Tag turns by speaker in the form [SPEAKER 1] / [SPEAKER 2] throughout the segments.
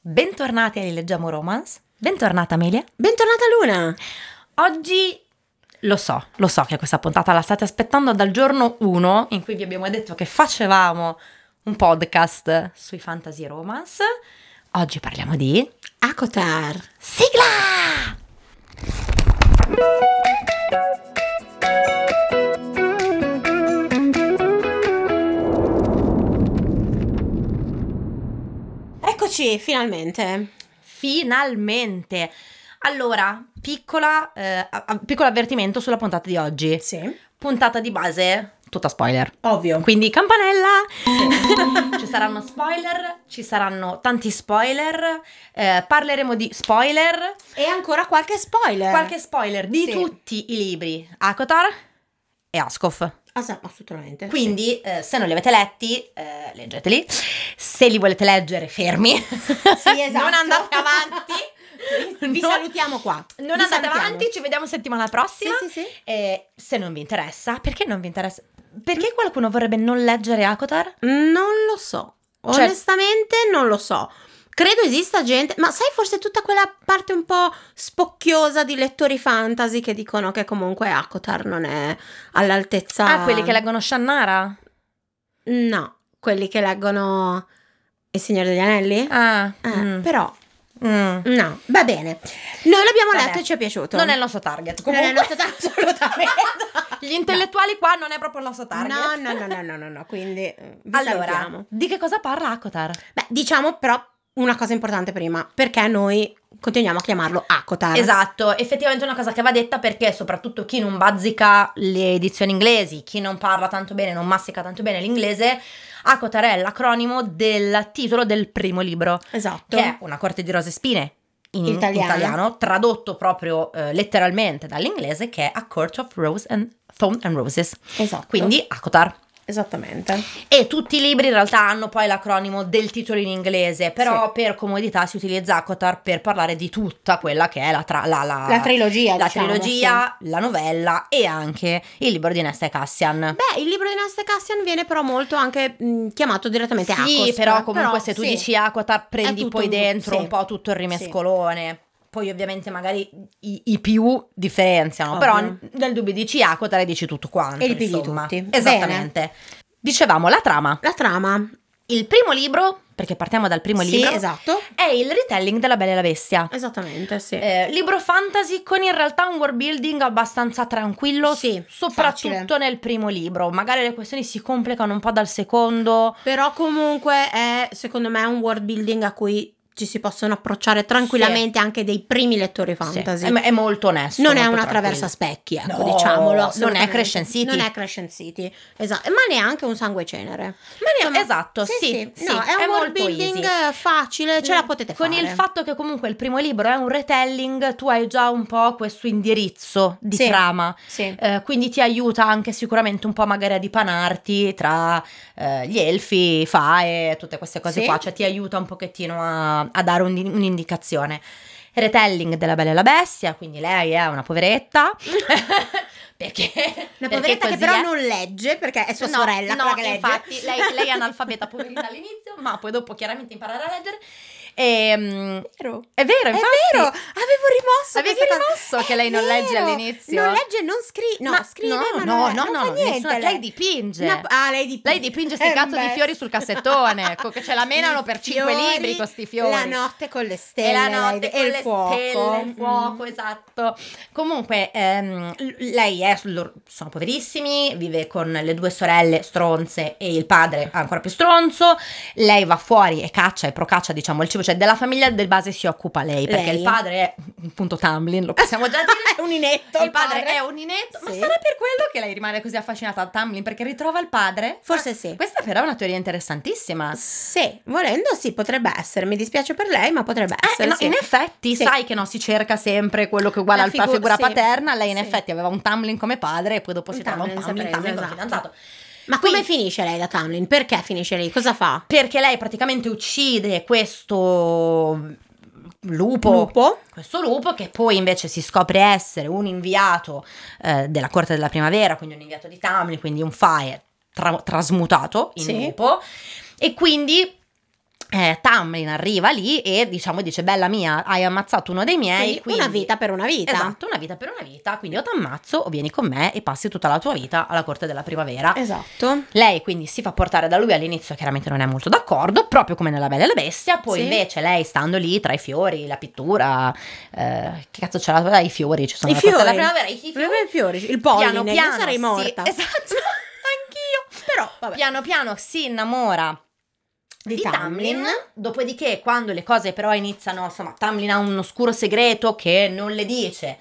[SPEAKER 1] Bentornati a Rileggiamo Romance. Bentornata Amelia.
[SPEAKER 2] Bentornata Luna!
[SPEAKER 1] Oggi lo so, lo so che questa puntata la state aspettando dal giorno 1 in cui vi abbiamo detto che facevamo un podcast sui fantasy romance. Oggi parliamo di
[SPEAKER 2] Akotar!
[SPEAKER 1] sigla!
[SPEAKER 2] Eccoci, finalmente.
[SPEAKER 1] Finalmente. Allora, piccola, eh, a- a- piccolo avvertimento sulla puntata di oggi.
[SPEAKER 2] Sì.
[SPEAKER 1] Puntata di base tutta spoiler.
[SPEAKER 2] Ovvio.
[SPEAKER 1] Quindi campanella! ci saranno spoiler, ci saranno tanti spoiler, eh, parleremo di spoiler,
[SPEAKER 2] E ancora qualche spoiler.
[SPEAKER 1] qualche spoiler di
[SPEAKER 2] Eh. Sì.
[SPEAKER 1] tutti i libri Akotar e Askov.
[SPEAKER 2] Ah, sì, assolutamente.
[SPEAKER 1] Quindi
[SPEAKER 2] Quindi.
[SPEAKER 1] eh, se non li avete letti, eh, leggeteli. Se li volete leggere, fermi. non andate avanti.
[SPEAKER 2] Vi, esatto. vi
[SPEAKER 1] Non-
[SPEAKER 2] salutiamo qua.
[SPEAKER 1] Non
[SPEAKER 2] Vi
[SPEAKER 1] andate
[SPEAKER 2] salutiamo.
[SPEAKER 1] avanti, ci vediamo settimana
[SPEAKER 2] Sì,
[SPEAKER 1] prossima.
[SPEAKER 2] sì, sì.
[SPEAKER 1] E se non vi interessa, perché non vi interessa? Perché qualcuno vorrebbe non leggere Akotar?
[SPEAKER 2] Non lo so.
[SPEAKER 1] Cioè-
[SPEAKER 2] Onestamente non lo so. Credo esista gente, ma sai forse tutta quella parte un po' spocchiosa di lettori fantasy che dicono che comunque Akotar non è all'altezza.
[SPEAKER 1] Ah, quelli che leggono Shannara?
[SPEAKER 2] No, quelli che leggono Il Signore degli Anelli?
[SPEAKER 1] Ah,
[SPEAKER 2] Eh,
[SPEAKER 1] mm,
[SPEAKER 2] Però
[SPEAKER 1] mm.
[SPEAKER 2] no, va bene. Noi l'abbiamo
[SPEAKER 1] Vabbè.
[SPEAKER 2] letto e ci è piaciuto.
[SPEAKER 1] non è il nostro target.
[SPEAKER 2] Non è
[SPEAKER 1] Comunque,
[SPEAKER 2] il nostro target, assolutamente.
[SPEAKER 1] gli intellettuali qua non è proprio il nostro target.
[SPEAKER 2] No, no, no, no, no, no, no, quindi
[SPEAKER 1] mm,
[SPEAKER 2] eh, vi
[SPEAKER 1] Allora,
[SPEAKER 2] salutiamo.
[SPEAKER 1] di che cosa parla Akotar?
[SPEAKER 2] Beh, diciamo però una cosa importante prima, perché noi continuiamo a chiamarlo Akotar.
[SPEAKER 1] Esatto, effettivamente è una cosa che va detta perché soprattutto chi non bazzica le edizioni inglesi, chi non parla tanto bene, non mastica tanto bene l'inglese, Akotar è l'acronimo del titolo del primo libro,
[SPEAKER 2] Esatto.
[SPEAKER 1] che è Una corte di rose e spine in
[SPEAKER 2] Italiano.
[SPEAKER 1] italiano, tradotto proprio eh, letteralmente dall'inglese, che è A Court of Rose and Thorn and Roses,
[SPEAKER 2] Esatto.
[SPEAKER 1] quindi Akotar.
[SPEAKER 2] esattamente.
[SPEAKER 1] E tutti i libri in realtà hanno poi l'acronimo del titolo in inglese, però per comodità si utilizza Akotar per parlare di tutta quella che è la, tra- la, la-
[SPEAKER 2] La trilogia,
[SPEAKER 1] Ah. la
[SPEAKER 2] diciamo,
[SPEAKER 1] trilogia, la novella e anche il libro di Nesta e Cassian.
[SPEAKER 2] sì. Beh, il libro di Nasta Cassian viene però molto anche mh, chiamato direttamente
[SPEAKER 1] sì,
[SPEAKER 2] Akos,
[SPEAKER 1] però comunque
[SPEAKER 2] però
[SPEAKER 1] se tu
[SPEAKER 2] sì.
[SPEAKER 1] dici Akotar prendi
[SPEAKER 2] tutto
[SPEAKER 1] poi
[SPEAKER 2] un-
[SPEAKER 1] dentro
[SPEAKER 2] sì.
[SPEAKER 1] un po' tutto il rimescolone. Poi ovviamente magari i, i più differenziano,
[SPEAKER 2] Ovvio.
[SPEAKER 1] però n- nel dubbio dici Akotar e dici tutto quanto.
[SPEAKER 2] E il PD
[SPEAKER 1] insomma.
[SPEAKER 2] tutti.
[SPEAKER 1] Esattamente. Dicevamo la trama.
[SPEAKER 2] La trama.
[SPEAKER 1] Il primo libro, perché partiamo dal primo
[SPEAKER 2] Sì,
[SPEAKER 1] libro,
[SPEAKER 2] esatto.
[SPEAKER 1] è il retelling della Bella e la Bestia.
[SPEAKER 2] Esattamente, sì.
[SPEAKER 1] Eh, libro fantasy con in realtà un world building abbastanza tranquillo,
[SPEAKER 2] Sì,
[SPEAKER 1] soprattutto
[SPEAKER 2] facile.
[SPEAKER 1] nel primo libro. Magari le questioni si complicano un po' dal secondo.
[SPEAKER 2] Però comunque è, secondo me, un world building a cui ci si possono approcciare tranquillamente anche dei primi lettori fantasy.
[SPEAKER 1] Sì, è, è molto onesto.
[SPEAKER 2] non è
[SPEAKER 1] molto
[SPEAKER 2] una
[SPEAKER 1] tranquillo.
[SPEAKER 2] traversa specchi, ecco,
[SPEAKER 1] No,
[SPEAKER 2] diciamolo.
[SPEAKER 1] non è
[SPEAKER 2] assolutamente.
[SPEAKER 1] Crescent City.
[SPEAKER 2] Non è Crescent City, esatto. Ma neanche un sangue cenere.
[SPEAKER 1] Ma ne-
[SPEAKER 2] Insomma,
[SPEAKER 1] esatto, sì, sì,
[SPEAKER 2] no, è un world
[SPEAKER 1] molto
[SPEAKER 2] building
[SPEAKER 1] easy. Mm.
[SPEAKER 2] eh, facile, ce la potete
[SPEAKER 1] Con
[SPEAKER 2] fare.
[SPEAKER 1] il fatto che comunque il primo libro è un retelling, tu hai già un po' questo indirizzo di
[SPEAKER 2] Sì.
[SPEAKER 1] trama.
[SPEAKER 2] Sì.
[SPEAKER 1] Eh, quindi ti aiuta anche sicuramente un po' magari a dipanarti tra eh, gli elfi, fae, tutte queste cose
[SPEAKER 2] Sì.
[SPEAKER 1] qua, cioè ti aiuta un pochettino a, a dare un- un'indicazione. Retelling della Bella e la Bestia, quindi lei è una poveretta. perché?
[SPEAKER 2] Una
[SPEAKER 1] perché
[SPEAKER 2] poveretta
[SPEAKER 1] così
[SPEAKER 2] che
[SPEAKER 1] eh?
[SPEAKER 2] però
[SPEAKER 1] è.
[SPEAKER 2] non legge perché è sua
[SPEAKER 1] No,
[SPEAKER 2] sorella
[SPEAKER 1] no,
[SPEAKER 2] quella che legge.
[SPEAKER 1] infatti lei, lei è analfabeta poverina all'inizio, ma poi dopo chiaramente imparerà a leggere. Ehm,
[SPEAKER 2] Vero.
[SPEAKER 1] è vero,
[SPEAKER 2] È
[SPEAKER 1] infatti.
[SPEAKER 2] vero, avevo rimosso
[SPEAKER 1] Avevi
[SPEAKER 2] questa cosa.
[SPEAKER 1] rimosso che
[SPEAKER 2] È
[SPEAKER 1] lei non legge
[SPEAKER 2] vero,
[SPEAKER 1] all'inizio?
[SPEAKER 2] Non legge e non scrive. No,
[SPEAKER 1] Ma-
[SPEAKER 2] scrive
[SPEAKER 1] no,
[SPEAKER 2] ma
[SPEAKER 1] no,
[SPEAKER 2] non,
[SPEAKER 1] no,
[SPEAKER 2] non
[SPEAKER 1] no,
[SPEAKER 2] fa niente.
[SPEAKER 1] nessuna- lei dipinge.
[SPEAKER 2] Una- ah, lei dipinge.
[SPEAKER 1] Lei dipinge sti
[SPEAKER 2] Eh,
[SPEAKER 1] cazzo di
[SPEAKER 2] beh.
[SPEAKER 1] fiori sul cassettone, co- che ce la menano
[SPEAKER 2] I
[SPEAKER 1] per cinque
[SPEAKER 2] fiori,
[SPEAKER 1] libri con sti fiori.
[SPEAKER 2] La notte con le stelle.
[SPEAKER 1] e la
[SPEAKER 2] lei-
[SPEAKER 1] notte
[SPEAKER 2] e
[SPEAKER 1] con
[SPEAKER 2] il
[SPEAKER 1] le
[SPEAKER 2] fuoco.
[SPEAKER 1] stelle, il fuoco,
[SPEAKER 2] Mm.
[SPEAKER 1] esatto. Comunque, ehm, l- lei è, loro sono poverissimi, vive con le due sorelle stronze e il padre ancora più stronzo. Lei va fuori e caccia e procaccia, diciamo, il cibo, cioè della famiglia del base si occupa lei, perché
[SPEAKER 2] Lei.
[SPEAKER 1] il padre è un punto Tamlin, lo possiamo già dire.
[SPEAKER 2] È un inetto.
[SPEAKER 1] Il padre, è un inetto, ma
[SPEAKER 2] Sì.
[SPEAKER 1] sarà per quello che lei rimane così affascinata da Tamlin perché ritrova il padre?
[SPEAKER 2] Forse sì.
[SPEAKER 1] Ma Questa però è una teoria interessantissima.
[SPEAKER 2] Sì, volendo sì, potrebbe essere. Mi dispiace per lei, ma potrebbe
[SPEAKER 1] Eh,
[SPEAKER 2] essere.
[SPEAKER 1] no,
[SPEAKER 2] sì.
[SPEAKER 1] In effetti,
[SPEAKER 2] Sì.
[SPEAKER 1] sai che no, si cerca sempre quello che è uguale
[SPEAKER 2] La
[SPEAKER 1] alla figura,
[SPEAKER 2] figu- sì.
[SPEAKER 1] paterna. Lei, in
[SPEAKER 2] Sì.
[SPEAKER 1] effetti, aveva un Tamlin come padre e poi dopo
[SPEAKER 2] Un
[SPEAKER 1] si trova un
[SPEAKER 2] Tamlin, si è
[SPEAKER 1] Tamlin,
[SPEAKER 2] presa,
[SPEAKER 1] Tamlin come
[SPEAKER 2] esatto.
[SPEAKER 1] fidanzato.
[SPEAKER 2] Ma
[SPEAKER 1] Quindi-
[SPEAKER 2] come finisce lei da Tamlin? Perché finisce lei? Cosa fa?
[SPEAKER 1] Perché lei praticamente uccide questo lupo,
[SPEAKER 2] Lupo.
[SPEAKER 1] questo lupo che poi invece si scopre essere un inviato eh, della corte della primavera, quindi un inviato di Tamlin, quindi un fae tra- trasmutato in
[SPEAKER 2] Sì.
[SPEAKER 1] lupo e quindi eh, Tamlin arriva lì e diciamo dice bella mia hai ammazzato uno dei miei
[SPEAKER 2] Eh, Quindi
[SPEAKER 1] quindi
[SPEAKER 2] una vita per una vita.
[SPEAKER 1] Esatto, una vita per una vita, quindi o ti ammazzo o vieni con me e passi tutta la tua vita alla corte della primavera.
[SPEAKER 2] Esatto.
[SPEAKER 1] Lei quindi si fa portare da lui all'inizio, chiaramente non è molto d'accordo, proprio come nella Bella e la Bestia, poi
[SPEAKER 2] Sì.
[SPEAKER 1] invece lei stando lì tra i fiori, la pittura, eh, che cazzo c'era? I fiori, ci sono
[SPEAKER 2] I
[SPEAKER 1] alla corte
[SPEAKER 2] fiori.
[SPEAKER 1] della primavera, i fiori,
[SPEAKER 2] I fiori, il polline,
[SPEAKER 1] piano
[SPEAKER 2] io
[SPEAKER 1] piano
[SPEAKER 2] sarei
[SPEAKER 1] si-
[SPEAKER 2] morta.
[SPEAKER 1] esatto, anch'io.
[SPEAKER 2] Però, vabbè.
[SPEAKER 1] Piano piano si innamora di, Tamlin. Dopodiché, quando le cose però iniziano, insomma, Tamlin ha un oscuro segreto che non le dice.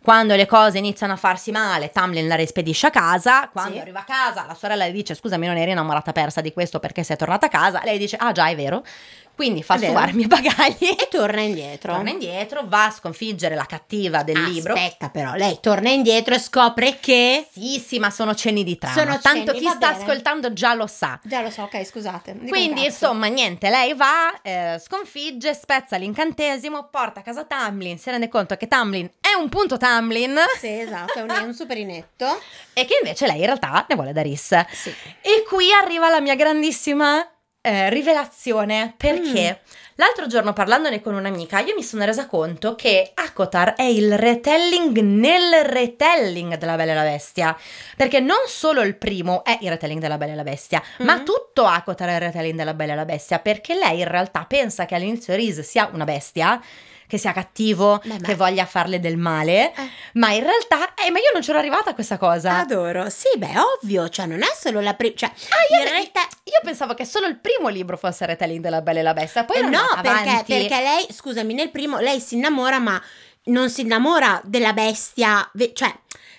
[SPEAKER 1] Quando le cose iniziano a farsi male, Tamlin la rispedisce a casa. Quando
[SPEAKER 2] Sì.
[SPEAKER 1] arriva a casa, la sorella le dice: Scusami, non eri innamorata persa di questo perché sei tornata a casa. Lei dice: Ah, già, è vero. Quindi fa
[SPEAKER 2] È vero.
[SPEAKER 1] suvare i miei bagagli.
[SPEAKER 2] E torna indietro.
[SPEAKER 1] Torna indietro, va a sconfiggere la cattiva del libro.
[SPEAKER 2] Aspetta però, lei torna indietro e scopre che...
[SPEAKER 1] Sì, sì, ma sono cenni di trama.
[SPEAKER 2] Sono
[SPEAKER 1] Tanto
[SPEAKER 2] cenni,
[SPEAKER 1] chi
[SPEAKER 2] va
[SPEAKER 1] sta
[SPEAKER 2] bene.
[SPEAKER 1] ascoltando già lo sa.
[SPEAKER 2] Già lo so, ok, scusate. dico un
[SPEAKER 1] Quindi,
[SPEAKER 2] cazzo.
[SPEAKER 1] insomma, niente, lei va, eh, sconfigge, spezza l'incantesimo, porta a casa Tamlin, si rende conto che Tamlin è un punto Tamlin
[SPEAKER 2] Sì, esatto, è un, è un superinetto.
[SPEAKER 1] e che invece lei in realtà ne vuole da Riss.
[SPEAKER 2] Sì.
[SPEAKER 1] E qui arriva la mia grandissima eh, rivelazione, perché
[SPEAKER 2] Mm.
[SPEAKER 1] l'altro giorno parlandone con un'amica io mi sono resa conto che Akotar è il retelling nel retelling della Bella e la Bestia, perché non solo il primo è il retelling della Bella e la Bestia, ma
[SPEAKER 2] Mhm.
[SPEAKER 1] tutto Akotar è il retelling della Bella e la Bestia, perché lei in realtà pensa che all'inizio Reese sia una bestia, che sia cattivo,
[SPEAKER 2] Beh, ma-
[SPEAKER 1] che voglia farle del male,
[SPEAKER 2] Eh. Ah,
[SPEAKER 1] ma in realtà, eh, ma io non c'ero arrivata a questa cosa.
[SPEAKER 2] Adoro. Sì, beh, ovvio, cioè non è solo la prima... Cioè,
[SPEAKER 1] io
[SPEAKER 2] in
[SPEAKER 1] ve-
[SPEAKER 2] realtà...
[SPEAKER 1] Eh, Io pensavo che solo il primo libro fosse Retelling della Bella e la Bestia, poi
[SPEAKER 2] Eh,
[SPEAKER 1] era
[SPEAKER 2] no,
[SPEAKER 1] andata
[SPEAKER 2] perché,
[SPEAKER 1] avanti.
[SPEAKER 2] perché lei, scusami, nel primo lei si innamora, ma non si innamora della bestia, ve- cioè...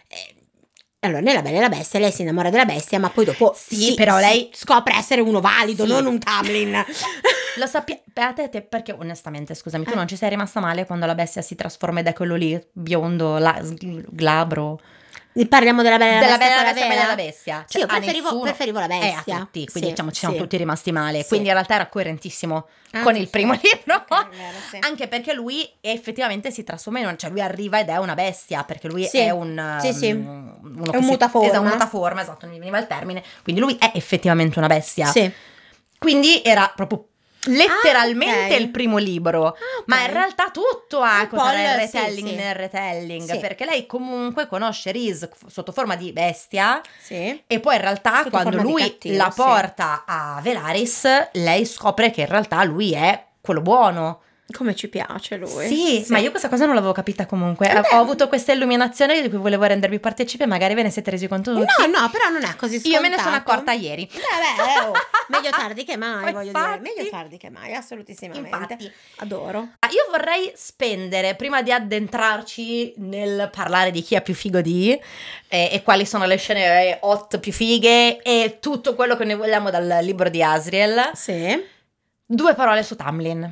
[SPEAKER 2] eh, allora, nella Bella e la Bestia, lei si innamora della bestia, ma poi dopo
[SPEAKER 1] Sì, però lei-
[SPEAKER 2] scopre essere uno valido,
[SPEAKER 1] Sì.
[SPEAKER 2] non un Tamlin.
[SPEAKER 1] Lo sappiate te perché onestamente, scusami, tu
[SPEAKER 2] Eh.
[SPEAKER 1] non ci sei rimasta male quando la bestia si trasforma ed è quello lì biondo, la- sg- glabro.
[SPEAKER 2] Parliamo della Bella e Eh, la
[SPEAKER 1] della
[SPEAKER 2] Bestia.
[SPEAKER 1] Bella e la
[SPEAKER 2] con
[SPEAKER 1] Bestia, Bella e la Bestia. Cioè,
[SPEAKER 2] Sì, io
[SPEAKER 1] a
[SPEAKER 2] preferivo-
[SPEAKER 1] nessuno-
[SPEAKER 2] preferivo la
[SPEAKER 1] eh, a
[SPEAKER 2] Bestia.
[SPEAKER 1] tutti, quindi
[SPEAKER 2] Sì,
[SPEAKER 1] diciamo ci siamo
[SPEAKER 2] sì.
[SPEAKER 1] tutti rimasti male,
[SPEAKER 2] Sì.
[SPEAKER 1] quindi in realtà era coerentissimo
[SPEAKER 2] Ah,
[SPEAKER 1] con il
[SPEAKER 2] sì. Eh.
[SPEAKER 1] primo libro.
[SPEAKER 2] Ok, vero, sì.
[SPEAKER 1] Anche perché lui effettivamente si trasforma in un, cioè lui arriva ed è una bestia, perché lui
[SPEAKER 2] Sì.
[SPEAKER 1] è un
[SPEAKER 2] Sì, sì.
[SPEAKER 1] um, uno
[SPEAKER 2] È
[SPEAKER 1] che
[SPEAKER 2] un
[SPEAKER 1] si-
[SPEAKER 2] mutaforma.
[SPEAKER 1] esatto, un mutaforma, esatto, non mi veniva il termine. Quindi lui è effettivamente una bestia.
[SPEAKER 2] Sì.
[SPEAKER 1] Quindi era proprio letteralmente
[SPEAKER 2] Ah, ok.
[SPEAKER 1] il primo libro. Ma in realtà tutto ha
[SPEAKER 2] Un
[SPEAKER 1] con il
[SPEAKER 2] po' il- sì,
[SPEAKER 1] retelling
[SPEAKER 2] sì.
[SPEAKER 1] nel retelling,
[SPEAKER 2] Sì.
[SPEAKER 1] perché lei comunque conosce Reese f- sotto forma di bestia
[SPEAKER 2] Sì.
[SPEAKER 1] e poi in realtà
[SPEAKER 2] Sotto
[SPEAKER 1] quando
[SPEAKER 2] forma di
[SPEAKER 1] lui
[SPEAKER 2] cattivo,
[SPEAKER 1] la
[SPEAKER 2] sì.
[SPEAKER 1] porta a Velaris, lei scopre che in realtà lui è quello buono.
[SPEAKER 2] Come ci piace lui.
[SPEAKER 1] Sì, ma io questa cosa non l'avevo capita comunque.
[SPEAKER 2] Eh beh.
[SPEAKER 1] Ho avuto questa illuminazione di cui volevo rendervi partecipe, magari ve ne siete resi conto tutti.
[SPEAKER 2] No, no, però non è così scontato.
[SPEAKER 1] Io me ne sono accorta ieri.
[SPEAKER 2] Vabbè, eh, oh, meglio tardi che mai,
[SPEAKER 1] Ma
[SPEAKER 2] voglio
[SPEAKER 1] infatti.
[SPEAKER 2] dire. Meglio tardi che mai, assolutissimamente.
[SPEAKER 1] Infatti.
[SPEAKER 2] Adoro.
[SPEAKER 1] Ah, Io vorrei spendere, prima di addentrarci nel parlare di chi è più figo di eh, e quali sono le scene eh, hot più fighe e tutto quello che ne vogliamo dal libro di Asriel,
[SPEAKER 2] Sì.
[SPEAKER 1] due parole su Tamlin.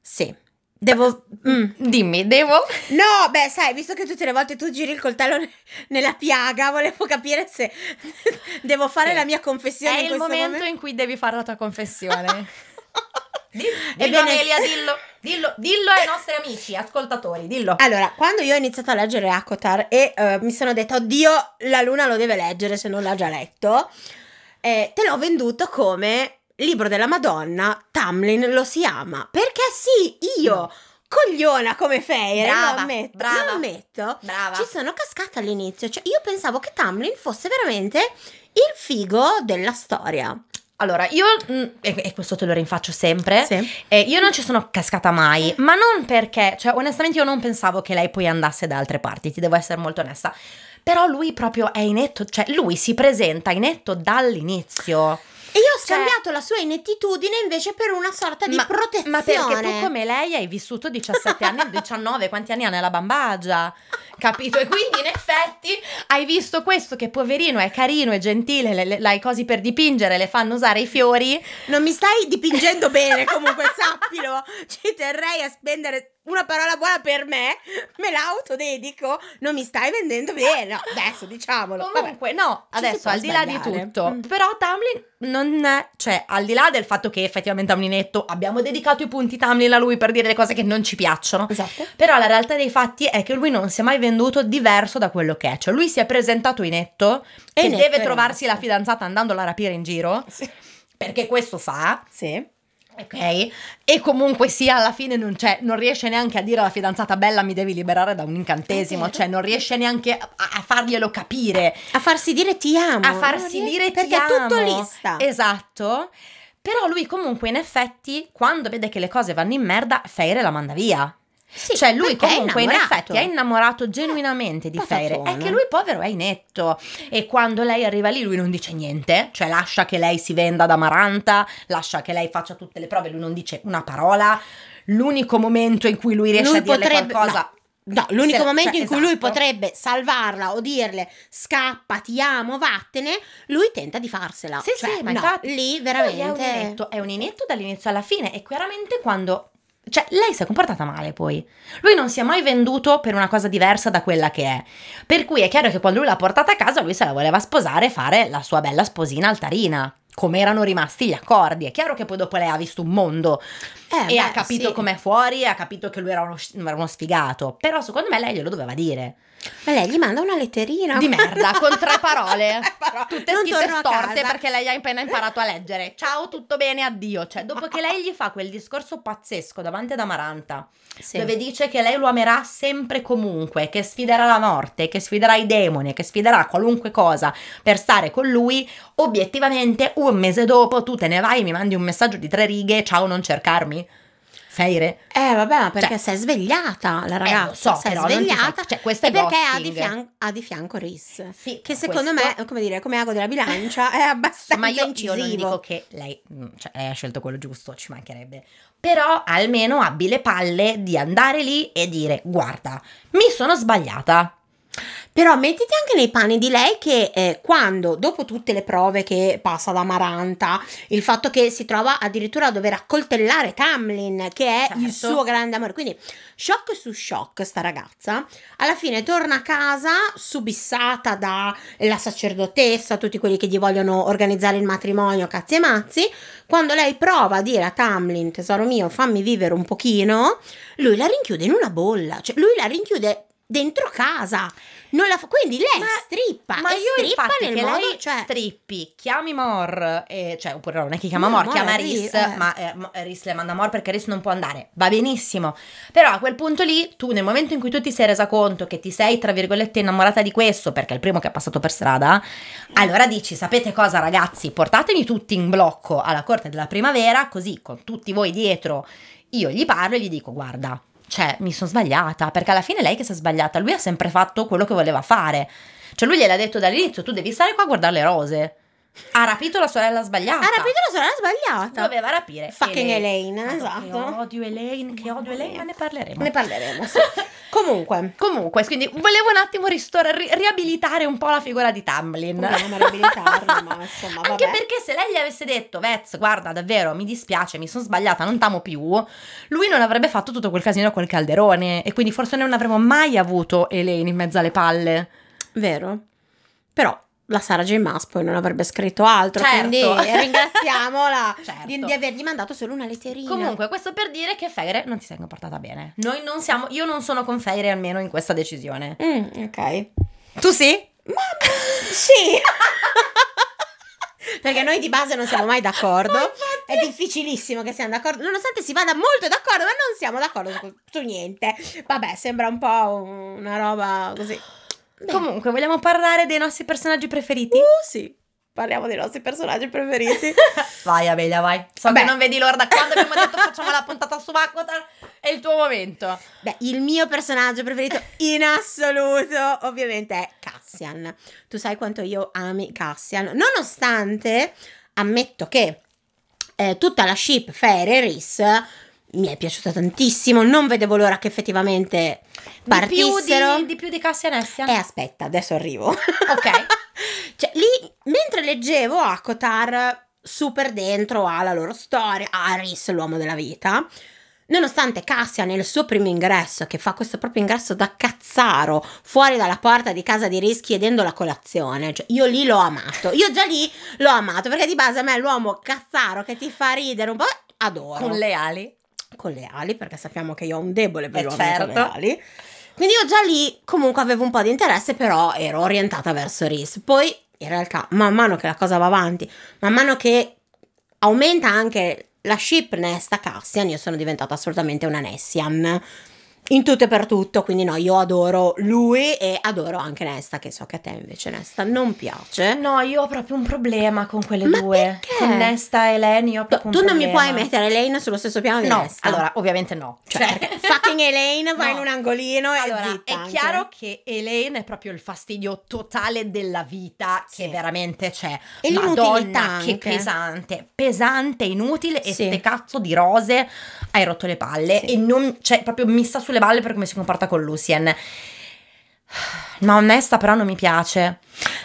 [SPEAKER 2] Sì. Devo... mm.
[SPEAKER 1] Dimmi, devo?
[SPEAKER 2] No, beh, sai, visto che tutte le volte tu giri il coltello ne- nella piaga, volevo capire se devo fare
[SPEAKER 1] Sì.
[SPEAKER 2] la mia confessione
[SPEAKER 1] È
[SPEAKER 2] in
[SPEAKER 1] il
[SPEAKER 2] questo
[SPEAKER 1] momento
[SPEAKER 2] momento.
[SPEAKER 1] in cui devi fare la tua confessione. Di- dillo
[SPEAKER 2] Ebbene-
[SPEAKER 1] Amelia, dillo, dillo, dillo ai nostri amici, ascoltatori, dillo.
[SPEAKER 2] Allora, quando io ho iniziato a leggere Akotar e eh, mi sono detta, oddio, la luna lo deve leggere se non l'ha già letto, eh, te l'ho venduto come libro della Madonna, Tamlin lo si ama. Perché sì, io,
[SPEAKER 1] No.
[SPEAKER 2] cogliona come Feire,
[SPEAKER 1] Brava,
[SPEAKER 2] lo ammetto,
[SPEAKER 1] brava.
[SPEAKER 2] lo ammetto,
[SPEAKER 1] Brava.
[SPEAKER 2] ci sono cascata all'inizio. Cioè, io pensavo che Tamlin fosse veramente il figo della storia.
[SPEAKER 1] Allora, io, mm, e, e questo te lo rinfaccio sempre,
[SPEAKER 2] Sì.
[SPEAKER 1] Eh, io non ci sono cascata mai, ma non perché, cioè onestamente io non pensavo che lei poi andasse da altre parti, ti devo essere molto onesta. Però lui proprio è inetto, cioè lui si presenta inetto dall'inizio.
[SPEAKER 2] E io ho
[SPEAKER 1] Cioè-
[SPEAKER 2] scambiato la sua inettitudine invece per una sorta di
[SPEAKER 1] ma,
[SPEAKER 2] protezione.
[SPEAKER 1] ma perché tu come lei hai vissuto 17 anni, 19, quanti anni ha nella bambagia? Capito? E quindi in effetti hai visto questo che poverino è carino e gentile, le, le- l'hai cose per dipingere, le fanno usare i fiori.
[SPEAKER 2] Non mi stai dipingendo bene, comunque sappilo. Ci terrei a spendere una parola buona per me. Me l'autodedico. Non mi stai vendendo bene. No, adesso diciamolo. Vabbè.
[SPEAKER 1] Comunque, no,
[SPEAKER 2] Ci si
[SPEAKER 1] adesso
[SPEAKER 2] può
[SPEAKER 1] al di là di
[SPEAKER 2] sbagliare.
[SPEAKER 1] tutto,
[SPEAKER 2] Mm.
[SPEAKER 1] però Tamlin non cioè al di là del fatto che effettivamente Tamlinetto abbiamo dedicato i punti Tamlin a lui per dire le cose che non ci piacciono.
[SPEAKER 2] Esatto.
[SPEAKER 1] Però la realtà dei fatti è che lui non si è mai venduto diverso da quello che è. Cioè, lui si è presentato inetto
[SPEAKER 2] E
[SPEAKER 1] e
[SPEAKER 2] netto
[SPEAKER 1] deve
[SPEAKER 2] è
[SPEAKER 1] trovarsi la
[SPEAKER 2] rimasto.
[SPEAKER 1] fidanzata andandola a rapire in giro,
[SPEAKER 2] Sì.
[SPEAKER 1] perché questo fa.
[SPEAKER 2] Sì.
[SPEAKER 1] Ok? E comunque sia, alla fine non, c'è, non riesce neanche a dire alla fidanzata Bella mi devi liberare da un incantesimo,
[SPEAKER 2] È vero.
[SPEAKER 1] cioè non riesce neanche a, a farglielo capire.
[SPEAKER 2] A farsi dire ti amo.
[SPEAKER 1] A farsi dire ti
[SPEAKER 2] perché Perché è tutto
[SPEAKER 1] amo.
[SPEAKER 2] lista.
[SPEAKER 1] Esatto. Però lui comunque in effetti, quando vede che le cose vanno in merda, Feire la manda via.
[SPEAKER 2] Sì,
[SPEAKER 1] cioè lui
[SPEAKER 2] perché è
[SPEAKER 1] comunque in
[SPEAKER 2] innamorato.
[SPEAKER 1] effetti è innamorato genuinamente di Feire.
[SPEAKER 2] Patatone.
[SPEAKER 1] È che lui povero è inetto e quando lei arriva lì lui non dice niente, cioè lascia che lei si venda da Maranta, lascia che lei faccia tutte le prove, lui non dice una parola. L'unico momento in cui lui riesce
[SPEAKER 2] Lui
[SPEAKER 1] a dirle
[SPEAKER 2] potrebbe-
[SPEAKER 1] qualcosa
[SPEAKER 2] No, l'unico
[SPEAKER 1] Se-
[SPEAKER 2] momento
[SPEAKER 1] cioè,
[SPEAKER 2] in cui
[SPEAKER 1] esatto.
[SPEAKER 2] lui potrebbe salvarla o dirle scappa, ti amo, vattene, lui tenta di farsela.
[SPEAKER 1] Sì,
[SPEAKER 2] Cioè,
[SPEAKER 1] sì, ma
[SPEAKER 2] no,
[SPEAKER 1] infatti-
[SPEAKER 2] lì
[SPEAKER 1] Lui è un
[SPEAKER 2] veramente
[SPEAKER 1] inetto, è un inetto dall'inizio alla fine e chiaramente quando... Cioè, lei si è comportata male poi. Lui non si è mai venduto per una cosa diversa da quella che è. Per cui è chiaro che quando lui l'ha portata a casa, lui se la voleva sposare e fare la sua bella sposina altarina. Come erano rimasti gli accordi. È chiaro che poi dopo lei ha visto un mondo
[SPEAKER 2] Eh,
[SPEAKER 1] e
[SPEAKER 2] beh,
[SPEAKER 1] ha capito
[SPEAKER 2] sì.
[SPEAKER 1] com'è fuori, ha capito che lui era uno, era uno sfigato. Però secondo me lei glielo doveva dire.
[SPEAKER 2] Ma lei gli manda una letterina
[SPEAKER 1] Di merda, con tre parole.
[SPEAKER 2] Tre parole.
[SPEAKER 1] Tutte
[SPEAKER 2] Non
[SPEAKER 1] scritte
[SPEAKER 2] torno a
[SPEAKER 1] storte
[SPEAKER 2] casa.
[SPEAKER 1] perché lei ha appena imparato a leggere. Ciao, tutto bene, addio. Cioè, dopo che lei gli fa quel discorso pazzesco davanti ad Amaranta,
[SPEAKER 2] Sì.
[SPEAKER 1] dove dice che lei lo amerà sempre e comunque, che sfiderà la morte, che sfiderà i demoni, che sfiderà qualunque cosa per stare con lui, obiettivamente un mese dopo tu te ne vai e mi mandi un messaggio di tre righe, ciao, non cercarmi. Feire.
[SPEAKER 2] Eh vabbè, ma perché
[SPEAKER 1] Cioè-
[SPEAKER 2] si è svegliata la
[SPEAKER 1] Eh,
[SPEAKER 2] ragazza,
[SPEAKER 1] lo so,
[SPEAKER 2] si è
[SPEAKER 1] però non ti
[SPEAKER 2] svegliata
[SPEAKER 1] fai- cioè, questo
[SPEAKER 2] e
[SPEAKER 1] è
[SPEAKER 2] perché ha di,
[SPEAKER 1] ghosting.
[SPEAKER 2] fian- ha di fianco Riz.
[SPEAKER 1] Sì,
[SPEAKER 2] Che secondo
[SPEAKER 1] questo-
[SPEAKER 2] me, come dire, come ago della bilancia, è abbastanza
[SPEAKER 1] ma io, io
[SPEAKER 2] incisivo.
[SPEAKER 1] non dico che lei, mm, cioè, lei ha scelto quello giusto, ci mancherebbe. Però almeno abbi le palle di andare lì e dire: Guarda, mi sono sbagliata.
[SPEAKER 2] Però mettiti anche nei panni di lei che eh, quando, dopo tutte le prove che passa da Maranta, il fatto che si trova addirittura a dover accoltellare Tamlin, che è il
[SPEAKER 1] Certo.
[SPEAKER 2] suo grande amore, quindi shock su shock sta ragazza, alla fine torna a casa subissata dalla sacerdotessa, tutti quelli che gli vogliono organizzare il matrimonio, cazzi e mazzi, quando lei prova a dire a Tamlin, tesoro mio, fammi vivere un pochino, lui la rinchiude in una bolla, cioè lui la rinchiude dentro casa. Non la fa- quindi lei
[SPEAKER 1] Ma-
[SPEAKER 2] strippa,
[SPEAKER 1] Ma
[SPEAKER 2] e
[SPEAKER 1] io
[SPEAKER 2] strippa
[SPEAKER 1] infatti
[SPEAKER 2] nel
[SPEAKER 1] che
[SPEAKER 2] modo,
[SPEAKER 1] lei
[SPEAKER 2] cioè,
[SPEAKER 1] strippi, chiami Mor, eh, cioè, oppure non è che chiama
[SPEAKER 2] No,
[SPEAKER 1] Mor,
[SPEAKER 2] Mor
[SPEAKER 1] chiama
[SPEAKER 2] è Rhys,
[SPEAKER 1] Riz,
[SPEAKER 2] eh.
[SPEAKER 1] ma eh, Mo- Rhys le manda Mor perché Riz non può andare, va benissimo. Però a quel punto lì, tu nel momento in cui tu ti sei resa conto che ti sei, tra virgolette, innamorata di questo, perché è il primo che è passato per strada, allora dici, sapete cosa ragazzi, portatemi tutti in blocco alla corte della primavera, così con tutti voi dietro io gli parlo e gli dico, guarda, cioè, mi sono sbagliata, perché alla fine è lei che si è sbagliata, lui ha sempre fatto quello che voleva fare. Cioè, lui gliel'ha detto dall'inizio, tu devi stare qua a guardare le rose. Ha rapito la sorella sbagliata.
[SPEAKER 2] ha rapito la sorella sbagliata.
[SPEAKER 1] Doveva rapire.
[SPEAKER 2] Fucking Elaine,
[SPEAKER 1] Madonna,
[SPEAKER 2] esatto.
[SPEAKER 1] Che odio Elaine, che odio Elaine, ma ne parleremo.
[SPEAKER 2] Ne parleremo. sì. Comunque,
[SPEAKER 1] Comunque, quindi volevo un attimo ristora- ri- riabilitare un po' la figura di Tamlin.
[SPEAKER 2] Proviamo a riabilitarla, ma insomma,
[SPEAKER 1] Anche
[SPEAKER 2] vabbè.
[SPEAKER 1] perché se lei gli avesse detto, Vez, guarda, davvero, mi dispiace, mi sono sbagliata, non t'amo più, lui non avrebbe fatto tutto quel casino col calderone e quindi forse non avremmo mai avuto Elaine in mezzo alle palle.
[SPEAKER 2] vero? Però la Sara J. Maas poi non avrebbe scritto altro,
[SPEAKER 1] Certo.
[SPEAKER 2] quindi ringraziamola
[SPEAKER 1] Certo.
[SPEAKER 2] di, di avergli mandato solo una letterina.
[SPEAKER 1] Comunque, questo per dire che Feire non ti sei comportata bene. Noi non siamo, io non sono con Feire almeno in questa decisione.
[SPEAKER 2] Mm, ok.
[SPEAKER 1] Tu sì?
[SPEAKER 2] Ma sì. Perché noi di base non siamo mai d'accordo.
[SPEAKER 1] Ma infatti-
[SPEAKER 2] È difficilissimo che siamo d'accordo, nonostante si vada molto d'accordo, ma non siamo d'accordo su, su niente. Vabbè, sembra un po' una roba così. Beh.
[SPEAKER 1] Comunque, vogliamo parlare dei nostri personaggi preferiti?
[SPEAKER 2] Uh, sì. Parliamo dei nostri personaggi preferiti.
[SPEAKER 1] Uh. Vai Amelia, vai. So
[SPEAKER 2] Beh.
[SPEAKER 1] che non vedi l'ora da quando abbiamo detto facciamo la puntata su Aquatar, è il tuo momento.
[SPEAKER 2] Beh, il mio personaggio preferito in assoluto, ovviamente, è Cassian. Tu sai quanto io ami Cassian. Nonostante, ammetto che eh, tutta la ship Fair e Rhys mi è piaciuta tantissimo. Non vedevo l'ora che effettivamente
[SPEAKER 1] Di
[SPEAKER 2] partissero.
[SPEAKER 1] più di, di più di Cassian Estian.
[SPEAKER 2] E aspetta, adesso arrivo.
[SPEAKER 1] Eh, Ok.
[SPEAKER 2] Cioè, lì, mentre leggevo Akotar super dentro alla loro storia, Aris, l'uomo della vita, nonostante Cassian nel suo primo ingresso, che fa questo proprio ingresso da cazzaro fuori dalla porta di casa di Riz chiedendo la colazione, cioè, io lì l'ho amato, io già lì l'ho amato, perché di base a me l'uomo cazzaro che ti fa ridere un po', eh, adoro
[SPEAKER 1] Con le ali.
[SPEAKER 2] con le ali, perché sappiamo che io ho un debole per
[SPEAKER 1] Eh,
[SPEAKER 2] l'uomo con le
[SPEAKER 1] certo.
[SPEAKER 2] ali. Quindi io già lì comunque avevo un po' di interesse, però ero orientata verso Reese. Poi in realtà man mano che la cosa va avanti, man mano che aumenta anche la Shipnesta Cassian, io sono diventata assolutamente una Nessian. In tutto e per tutto, quindi no, io adoro lui e adoro anche Nesta, che so che a te invece Nesta non piace.
[SPEAKER 1] No, io ho proprio un problema con quelle
[SPEAKER 2] Ma
[SPEAKER 1] due.
[SPEAKER 2] perché?
[SPEAKER 1] Con Nesta e Leni ho
[SPEAKER 2] Tu
[SPEAKER 1] proprio un
[SPEAKER 2] tu non mi
[SPEAKER 1] problema.
[SPEAKER 2] puoi mettere Elaine sullo stesso piano di
[SPEAKER 1] No,
[SPEAKER 2] Nesta.
[SPEAKER 1] allora, ovviamente no.
[SPEAKER 2] cioè, perché fucking Elaine va
[SPEAKER 1] No.
[SPEAKER 2] in un angolino e
[SPEAKER 1] Allora, è
[SPEAKER 2] zitta anche.
[SPEAKER 1] chiaro che Elaine è proprio il fastidio totale della vita
[SPEAKER 2] Sì.
[SPEAKER 1] che veramente cioè, c'è.
[SPEAKER 2] E l'inutilità
[SPEAKER 1] Madonna,
[SPEAKER 2] anche.
[SPEAKER 1] che pesante, pesante, inutile e
[SPEAKER 2] Sì.
[SPEAKER 1] ste cazzo di rose hai rotto le palle
[SPEAKER 2] Sì.
[SPEAKER 1] e non, cioè, proprio mi sta sulle balle per come si comporta con Lucien. Ma onesta però non mi piace.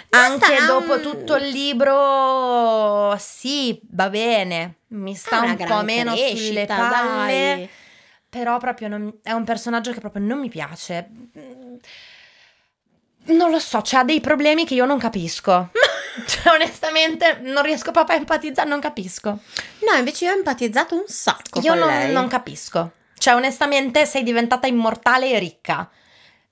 [SPEAKER 2] Nesta
[SPEAKER 1] Anche
[SPEAKER 2] ha
[SPEAKER 1] dopo
[SPEAKER 2] un-
[SPEAKER 1] tutto il libro, sì, va bene, mi
[SPEAKER 2] Ha
[SPEAKER 1] sta
[SPEAKER 2] Ah, una
[SPEAKER 1] un po'
[SPEAKER 2] gran
[SPEAKER 1] meno sulle
[SPEAKER 2] crescita,
[SPEAKER 1] palle.
[SPEAKER 2] dai.
[SPEAKER 1] Però proprio non- è un personaggio che proprio non mi piace. Mm, Non lo so, cioè ha dei problemi che io non capisco. Cioè, onestamente, non riesco proprio a empatizzare, non capisco.
[SPEAKER 2] No, invece io ho empatizzato un sacco
[SPEAKER 1] Io
[SPEAKER 2] con
[SPEAKER 1] non,
[SPEAKER 2] lei.
[SPEAKER 1] non capisco. Cioè, onestamente, sei diventata immortale e ricca.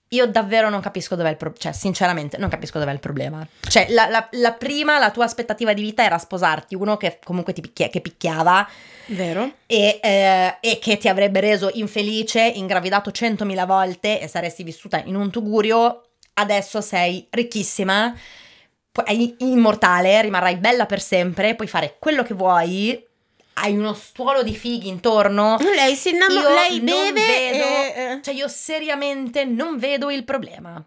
[SPEAKER 1] Io davvero non capisco dov'è il problema. Cioè, sinceramente, non capisco dov'è il problema. Cioè, la, la- la prima, la tua aspettativa di vita era sposarti uno che comunque ti picchia- che picchiava
[SPEAKER 2] Vero?
[SPEAKER 1] e, eh, e che ti avrebbe reso infelice, ingravidato 100.000 volte e saresti vissuta in un tugurio, adesso sei ricchissima, pu- è immortale, rimarrai bella per sempre, puoi fare quello che vuoi, hai uno stuolo di fighi intorno.
[SPEAKER 2] Lei si innamora,
[SPEAKER 1] Io
[SPEAKER 2] lei
[SPEAKER 1] non
[SPEAKER 2] beve
[SPEAKER 1] vedo-
[SPEAKER 2] e... eh,
[SPEAKER 1] Cioè io seriamente non vedo il problema.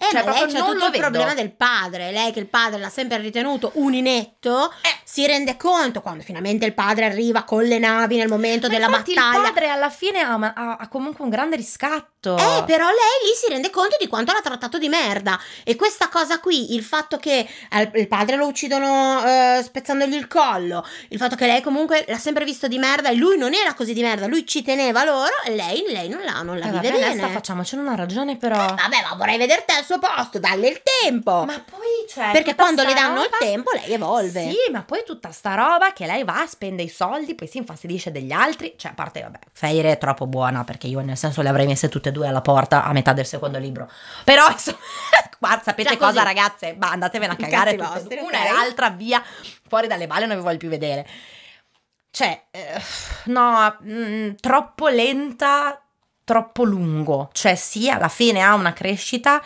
[SPEAKER 2] Eh,
[SPEAKER 1] Cioè,
[SPEAKER 2] ma lei
[SPEAKER 1] proprio
[SPEAKER 2] c'ha
[SPEAKER 1] non
[SPEAKER 2] tutto
[SPEAKER 1] lo
[SPEAKER 2] il
[SPEAKER 1] vedo.
[SPEAKER 2] problema del padre. Lei che il padre l'ha sempre ritenuto un inetto,
[SPEAKER 1] Eh.
[SPEAKER 2] si rende conto quando finalmente il padre arriva con le navi nel momento
[SPEAKER 1] Ma
[SPEAKER 2] della
[SPEAKER 1] infatti
[SPEAKER 2] battaglia.
[SPEAKER 1] il padre alla fine ha, ha- ha comunque un grande riscatto.
[SPEAKER 2] Eh, però lei lì si rende conto di quanto l'ha trattato di merda. E questa cosa qui, il fatto che al- il padre lo uccidono eh, spezzandogli il collo, il fatto che lei comunque l'ha sempre visto di merda e lui non era così di merda, lui ci teneva loro e lei, lei non, la, non la
[SPEAKER 1] Eh,
[SPEAKER 2] vive
[SPEAKER 1] vabbè,
[SPEAKER 2] bene.
[SPEAKER 1] Nesta, facciamocene una ragione però.
[SPEAKER 2] Eh, vabbè, ma vorrei vederti al suo posto, dalle il tempo.
[SPEAKER 1] Ma poi, cioè,
[SPEAKER 2] Perché
[SPEAKER 1] tutta
[SPEAKER 2] quando le
[SPEAKER 1] sta
[SPEAKER 2] danno il
[SPEAKER 1] roba-
[SPEAKER 2] tempo, lei evolve.
[SPEAKER 1] Sì, ma poi tutta sta roba che lei va, spende i soldi, poi si infastidisce degli altri. Cioè, a parte, vabbè, Feire è troppo buona perché io, nel senso, le avrei messe tutte e due alla porta a metà del secondo libro. Però, insomma, guarda, sapete
[SPEAKER 2] Già Cioè, così.
[SPEAKER 1] cosa, ragazze? Bah, andatevene a
[SPEAKER 2] Cazzi
[SPEAKER 1] cagare tutte e
[SPEAKER 2] vostri,
[SPEAKER 1] due.
[SPEAKER 2] ok?
[SPEAKER 1] una e l'altra, via, fuori dalle balle, non vi voglio più vedere. Cioè, eh, no, mm, troppo lenta, troppo lungo. Cioè, sì, alla fine ha una crescita,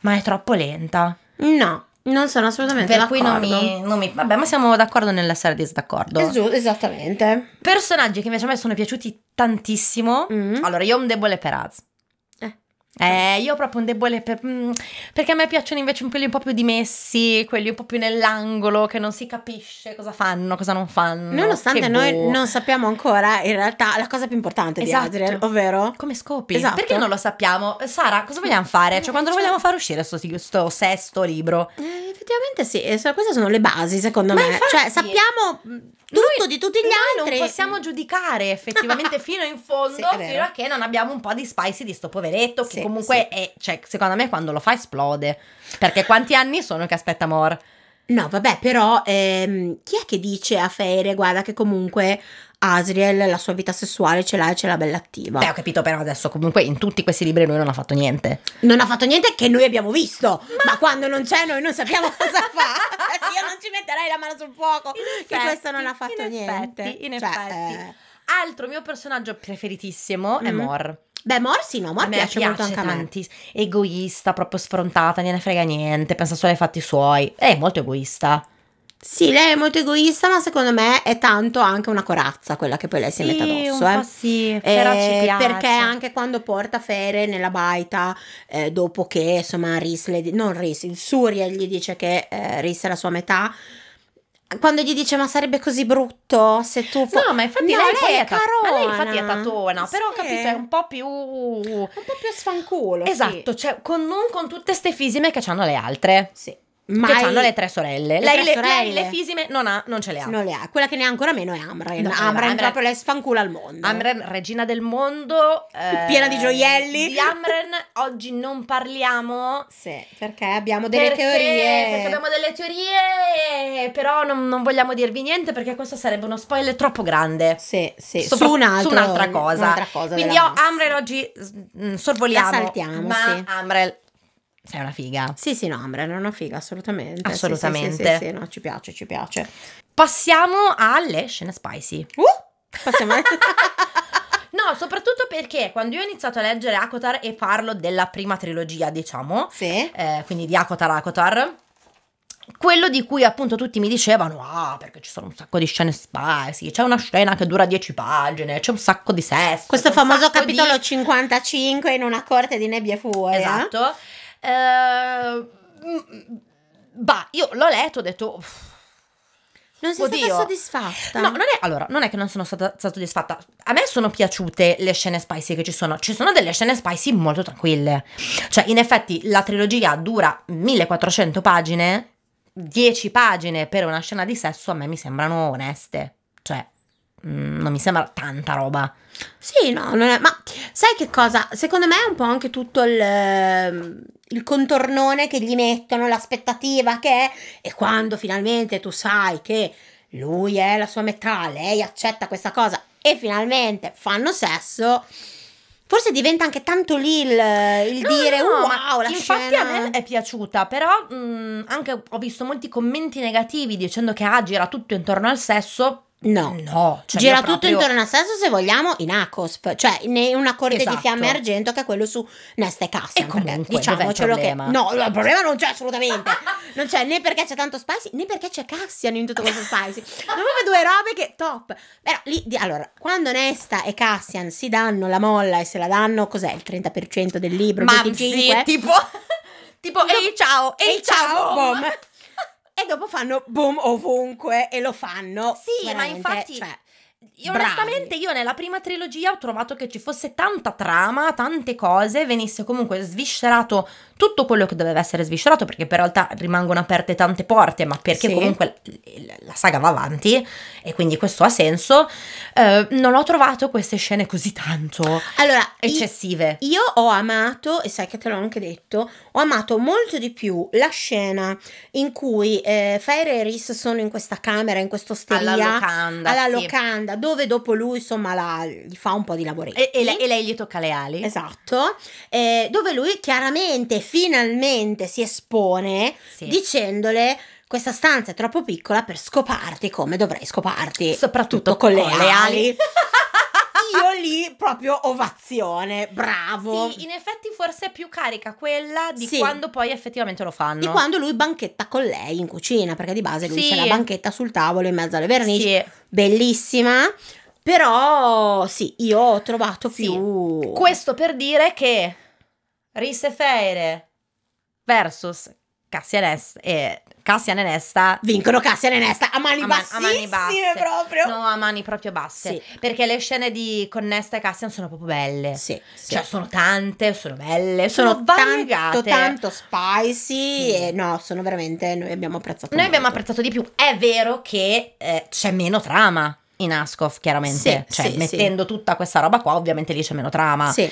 [SPEAKER 1] ma è troppo lenta.
[SPEAKER 2] No, non sono assolutamente
[SPEAKER 1] Per cui non
[SPEAKER 2] d'accordo.
[SPEAKER 1] mi, non mi- Vabbè, ma siamo d'accordo nell'essere disdaccordo.
[SPEAKER 2] Es- esattamente.
[SPEAKER 1] Personaggi che invece a me sono piaciuti tantissimo.
[SPEAKER 2] Mm.
[SPEAKER 1] Allora, io ho un debole per Az.
[SPEAKER 2] Eh.
[SPEAKER 1] Eh, io ho proprio un debole per. mm, perché a me piacciono invece quelli un po' più dimessi, quelli un po' più nell'angolo, che non si capisce cosa fanno, cosa non fanno.
[SPEAKER 2] Nonostante
[SPEAKER 1] che
[SPEAKER 2] noi
[SPEAKER 1] boh.
[SPEAKER 2] non sappiamo ancora, in realtà, la cosa più importante
[SPEAKER 1] Esatto.
[SPEAKER 2] di Adriel, ovvero...
[SPEAKER 1] Come scopi?
[SPEAKER 2] Esatto.
[SPEAKER 1] Perché non lo sappiamo? Sara, cosa vogliamo fare? Cioè, quando lo
[SPEAKER 2] Cioè-
[SPEAKER 1] vogliamo far uscire sto, sto sesto libro?
[SPEAKER 2] Eh, effettivamente sì, eh, so- queste sono le basi secondo
[SPEAKER 1] Ma
[SPEAKER 2] me.
[SPEAKER 1] infatti-
[SPEAKER 2] cioè, sappiamo mh, tutto di tutti gli
[SPEAKER 1] Noi
[SPEAKER 2] altri.
[SPEAKER 1] non possiamo giudicare effettivamente fino in fondo,
[SPEAKER 2] Sì, è vero.
[SPEAKER 1] fino a che non abbiamo un po' di spicy di sto poveretto, che
[SPEAKER 2] Sì,
[SPEAKER 1] comunque è- cioè, secondo me quando lo fa esplode. Perché quanti anni sono che aspetta Mor?
[SPEAKER 2] No, vabbè, però ehm, chi è che dice a Feire, guarda che comunque Asriel la sua vita sessuale ce l'ha e ce l'ha bella attiva.
[SPEAKER 1] Beh, ho capito, però adesso comunque in tutti questi libri lui non ha fatto niente.
[SPEAKER 2] Non ha fatto niente che noi abbiamo visto, ma, quando non c'è noi non sappiamo cosa fa. Io non ci metterei la mano sul fuoco che
[SPEAKER 1] effetti,
[SPEAKER 2] questo non ha fatto
[SPEAKER 1] in
[SPEAKER 2] niente.
[SPEAKER 1] effetti, in
[SPEAKER 2] Cioè,
[SPEAKER 1] effetti.
[SPEAKER 2] eh,
[SPEAKER 1] Altro mio personaggio preferitissimo è
[SPEAKER 2] Mm.
[SPEAKER 1] Mm-hmm. Mor.
[SPEAKER 2] beh, Morsi no, Mor
[SPEAKER 1] A me
[SPEAKER 2] piace, molto anche a me.
[SPEAKER 1] tanti- Egoista, proprio sfrontata, non ne frega niente, pensa solo ai fatti suoi. È molto egoista.
[SPEAKER 2] Sì, lei è molto egoista, ma secondo me è tanto anche una corazza quella che poi lei si mette
[SPEAKER 1] Sì,
[SPEAKER 2] addosso.
[SPEAKER 1] un po'
[SPEAKER 2] eh.
[SPEAKER 1] sì,
[SPEAKER 2] Eh,
[SPEAKER 1] però ci piace.
[SPEAKER 2] Perché anche quando porta Fere nella baita, eh, dopo che insomma Rhys le di- non Rhys, il Surya gli dice che eh, Rhys è la sua metà, quando gli dice ma sarebbe così brutto se tu fo-"
[SPEAKER 1] No, ma infatti
[SPEAKER 2] No,
[SPEAKER 1] lei, poi
[SPEAKER 2] lei è
[SPEAKER 1] è tat- ma lei infatti è
[SPEAKER 2] carona.
[SPEAKER 1] tatona, però ho
[SPEAKER 2] Sì.
[SPEAKER 1] capito, è un po' più...
[SPEAKER 2] un po' più sfanculo. sì.
[SPEAKER 1] Esatto, cioè con- non con tutte ste fisime che hanno le altre.
[SPEAKER 2] Sì.
[SPEAKER 1] Ma
[SPEAKER 2] Ma
[SPEAKER 1] Che hanno le tre sorelle.
[SPEAKER 2] Le
[SPEAKER 1] lei,
[SPEAKER 2] tre
[SPEAKER 1] le,
[SPEAKER 2] sorelle.
[SPEAKER 1] lei le fisime non, ha, non ce le ha.
[SPEAKER 2] Non le ha. Quella che ne ha ancora meno è Amren.
[SPEAKER 1] No, allora,
[SPEAKER 2] Amren
[SPEAKER 1] Amren-
[SPEAKER 2] proprio lei sfancula al mondo.
[SPEAKER 1] Amren, regina del mondo. eh,
[SPEAKER 2] Piena di gioielli.
[SPEAKER 1] Di Amren oggi non parliamo.
[SPEAKER 2] Sì, perché abbiamo delle
[SPEAKER 1] perché-
[SPEAKER 2] teorie.
[SPEAKER 1] Perché abbiamo delle teorie, però non, non vogliamo dirvi niente perché questo sarebbe uno spoiler troppo grande.
[SPEAKER 2] Sì, sì,
[SPEAKER 1] Sopra-
[SPEAKER 2] su, un altro-
[SPEAKER 1] su un'altra cosa.
[SPEAKER 2] un'altra cosa
[SPEAKER 1] Quindi
[SPEAKER 2] della
[SPEAKER 1] io
[SPEAKER 2] massa.
[SPEAKER 1] Amrel oggi mm, sorvoliamo.
[SPEAKER 2] La saltiamo,
[SPEAKER 1] ma
[SPEAKER 2] sì.
[SPEAKER 1] Amrel Sei una figa.
[SPEAKER 2] Sì, sì, no, Ambra era una figa, assolutamente. Sì,
[SPEAKER 1] Assolutamente.
[SPEAKER 2] Sì, sì, sì, sì, no, ci piace, ci piace.
[SPEAKER 1] Passiamo alle scene spicy.
[SPEAKER 2] Uh, passiamo a-
[SPEAKER 1] No, soprattutto perché quando io ho iniziato a leggere Akotar e parlo della prima trilogia, diciamo,
[SPEAKER 2] Sì.
[SPEAKER 1] eh, quindi di Akotar Akotar, quello di cui appunto tutti mi dicevano, ah, perché ci sono un sacco di scene spicy, c'è una scena che dura 10 pagine, c'è un sacco di sesso.
[SPEAKER 2] Questo
[SPEAKER 1] c'è un
[SPEAKER 2] famoso
[SPEAKER 1] sacco di-
[SPEAKER 2] capitolo 55 in una corte di nebbia e furia.
[SPEAKER 1] Esatto. Eh, m- bah, io l'ho letto, ho detto... "Uff,
[SPEAKER 2] Non sei
[SPEAKER 1] Oddio.
[SPEAKER 2] stata soddisfatta.
[SPEAKER 1] No, non è, allora, non è che non sono stata soddisfatta. A me sono piaciute le scene spicy che ci sono. Ci sono delle scene spicy molto tranquille. Cioè, in effetti, la trilogia dura 1400 pagine. 10 pagine per una scena di sesso a me mi sembrano oneste. Cioè, mm, non mi sembra tanta roba.
[SPEAKER 2] Sì, no, non è... ma sai che cosa? Secondo me è un po' anche tutto il, ehm, il contornone che gli mettono, l'aspettativa che è, e quando finalmente tu sai che lui è la sua metà, lei accetta questa cosa e finalmente fanno sesso, forse diventa anche tanto lì il, il
[SPEAKER 1] No,
[SPEAKER 2] dire
[SPEAKER 1] no, no, ma
[SPEAKER 2] wow, la
[SPEAKER 1] infatti
[SPEAKER 2] scena.
[SPEAKER 1] a me è piaciuta, però mm, anche ho visto molti commenti negativi dicendo che ah, gira tutto intorno al sesso.
[SPEAKER 2] No.
[SPEAKER 1] No, cioè
[SPEAKER 2] Gira
[SPEAKER 1] io
[SPEAKER 2] tutto
[SPEAKER 1] proprio-
[SPEAKER 2] intorno a sesso, se vogliamo, in ACOSP, cioè in una corte
[SPEAKER 1] Esatto.
[SPEAKER 2] di fiamme e argento che è quello su Neste Cassa.
[SPEAKER 1] E comunque,
[SPEAKER 2] diciamocelo
[SPEAKER 1] dov'è
[SPEAKER 2] che
[SPEAKER 1] il problema?
[SPEAKER 2] no, il problema non c'è assolutamente. non c'è né perché c'è tanto spicy, né perché c'è Cassian in tutto questo spicy. Sono proprio due robe che top. Però lì di- allora, quando Nesta e Cassian si danno la molla e se la danno cos'è il 30% del libro, il
[SPEAKER 1] Ma
[SPEAKER 2] 25?
[SPEAKER 1] sì, tipo, tipo ehi ciao, ehi,
[SPEAKER 2] Ehi,
[SPEAKER 1] ciao,
[SPEAKER 2] ciao,
[SPEAKER 1] boom.
[SPEAKER 2] boom. E dopo fanno boom ovunque e lo fanno.
[SPEAKER 1] Sì, ma
[SPEAKER 2] veramente,
[SPEAKER 1] infatti-
[SPEAKER 2] cioè,
[SPEAKER 1] Io,
[SPEAKER 2] Bravi.
[SPEAKER 1] onestamente io nella prima trilogia ho trovato che ci fosse tanta trama, tante cose, venisse comunque sviscerato tutto quello che doveva essere sviscerato perché per realtà rimangono aperte tante porte, ma perché
[SPEAKER 2] Sì.
[SPEAKER 1] comunque la- la saga va avanti e quindi questo ha senso. Eh, non ho trovato queste scene così tanto
[SPEAKER 2] allora, i-
[SPEAKER 1] eccessive.
[SPEAKER 2] Io ho amato, e sai che te l'ho anche detto, ho amato molto di più la scena in cui eh, Fire e Eris sono in questa camera, in questa osteria,
[SPEAKER 1] alla locanda,
[SPEAKER 2] alla
[SPEAKER 1] sì.
[SPEAKER 2] locanda, dove dopo lui insomma la- gli fa un po' di lavoretti.
[SPEAKER 1] E, e lei, e lei gli tocca le ali.
[SPEAKER 2] Esatto, eh, dove lui chiaramente, finalmente si espone
[SPEAKER 1] Sì.
[SPEAKER 2] dicendole questa stanza è troppo piccola per scoparti come dovrei scoparti.
[SPEAKER 1] soprattutto
[SPEAKER 2] Tutto
[SPEAKER 1] con le ali.
[SPEAKER 2] Io lì proprio ovazione, bravo.
[SPEAKER 1] Sì, in effetti forse è più carica quella di
[SPEAKER 2] Sì.
[SPEAKER 1] quando poi effettivamente lo fanno.
[SPEAKER 2] di quando lui banchetta con lei in cucina, perché di base lui
[SPEAKER 1] Sì.
[SPEAKER 2] c'è la banchetta sul tavolo in mezzo alle vernici,
[SPEAKER 1] Sì.
[SPEAKER 2] bellissima, però sì, io ho trovato
[SPEAKER 1] Sì.
[SPEAKER 2] più...
[SPEAKER 1] Questo per dire che Risse Feire versus Cassian Est- eh, Cassian e Nesta
[SPEAKER 2] Vincono Cassian e Nesta a mani
[SPEAKER 1] A man- a
[SPEAKER 2] bassissime
[SPEAKER 1] mani basse.
[SPEAKER 2] proprio.
[SPEAKER 1] no, a mani proprio basse. Perché le scene di con Nesta e Cassian sono proprio belle.
[SPEAKER 2] Sì, sì.
[SPEAKER 1] Cioè, sono tante, sono belle, sono,
[SPEAKER 2] sono
[SPEAKER 1] variegate.
[SPEAKER 2] tanto, tanto spicy
[SPEAKER 1] Sì.
[SPEAKER 2] e no, sono veramente, noi abbiamo apprezzato
[SPEAKER 1] Noi abbiamo
[SPEAKER 2] molto.
[SPEAKER 1] apprezzato di più. È vero che eh, c'è meno trama in Ascoff, chiaramente.
[SPEAKER 2] Sì,
[SPEAKER 1] cioè,
[SPEAKER 2] sì,
[SPEAKER 1] mettendo tutta questa roba qua, ovviamente lì c'è meno trama.
[SPEAKER 2] Sì,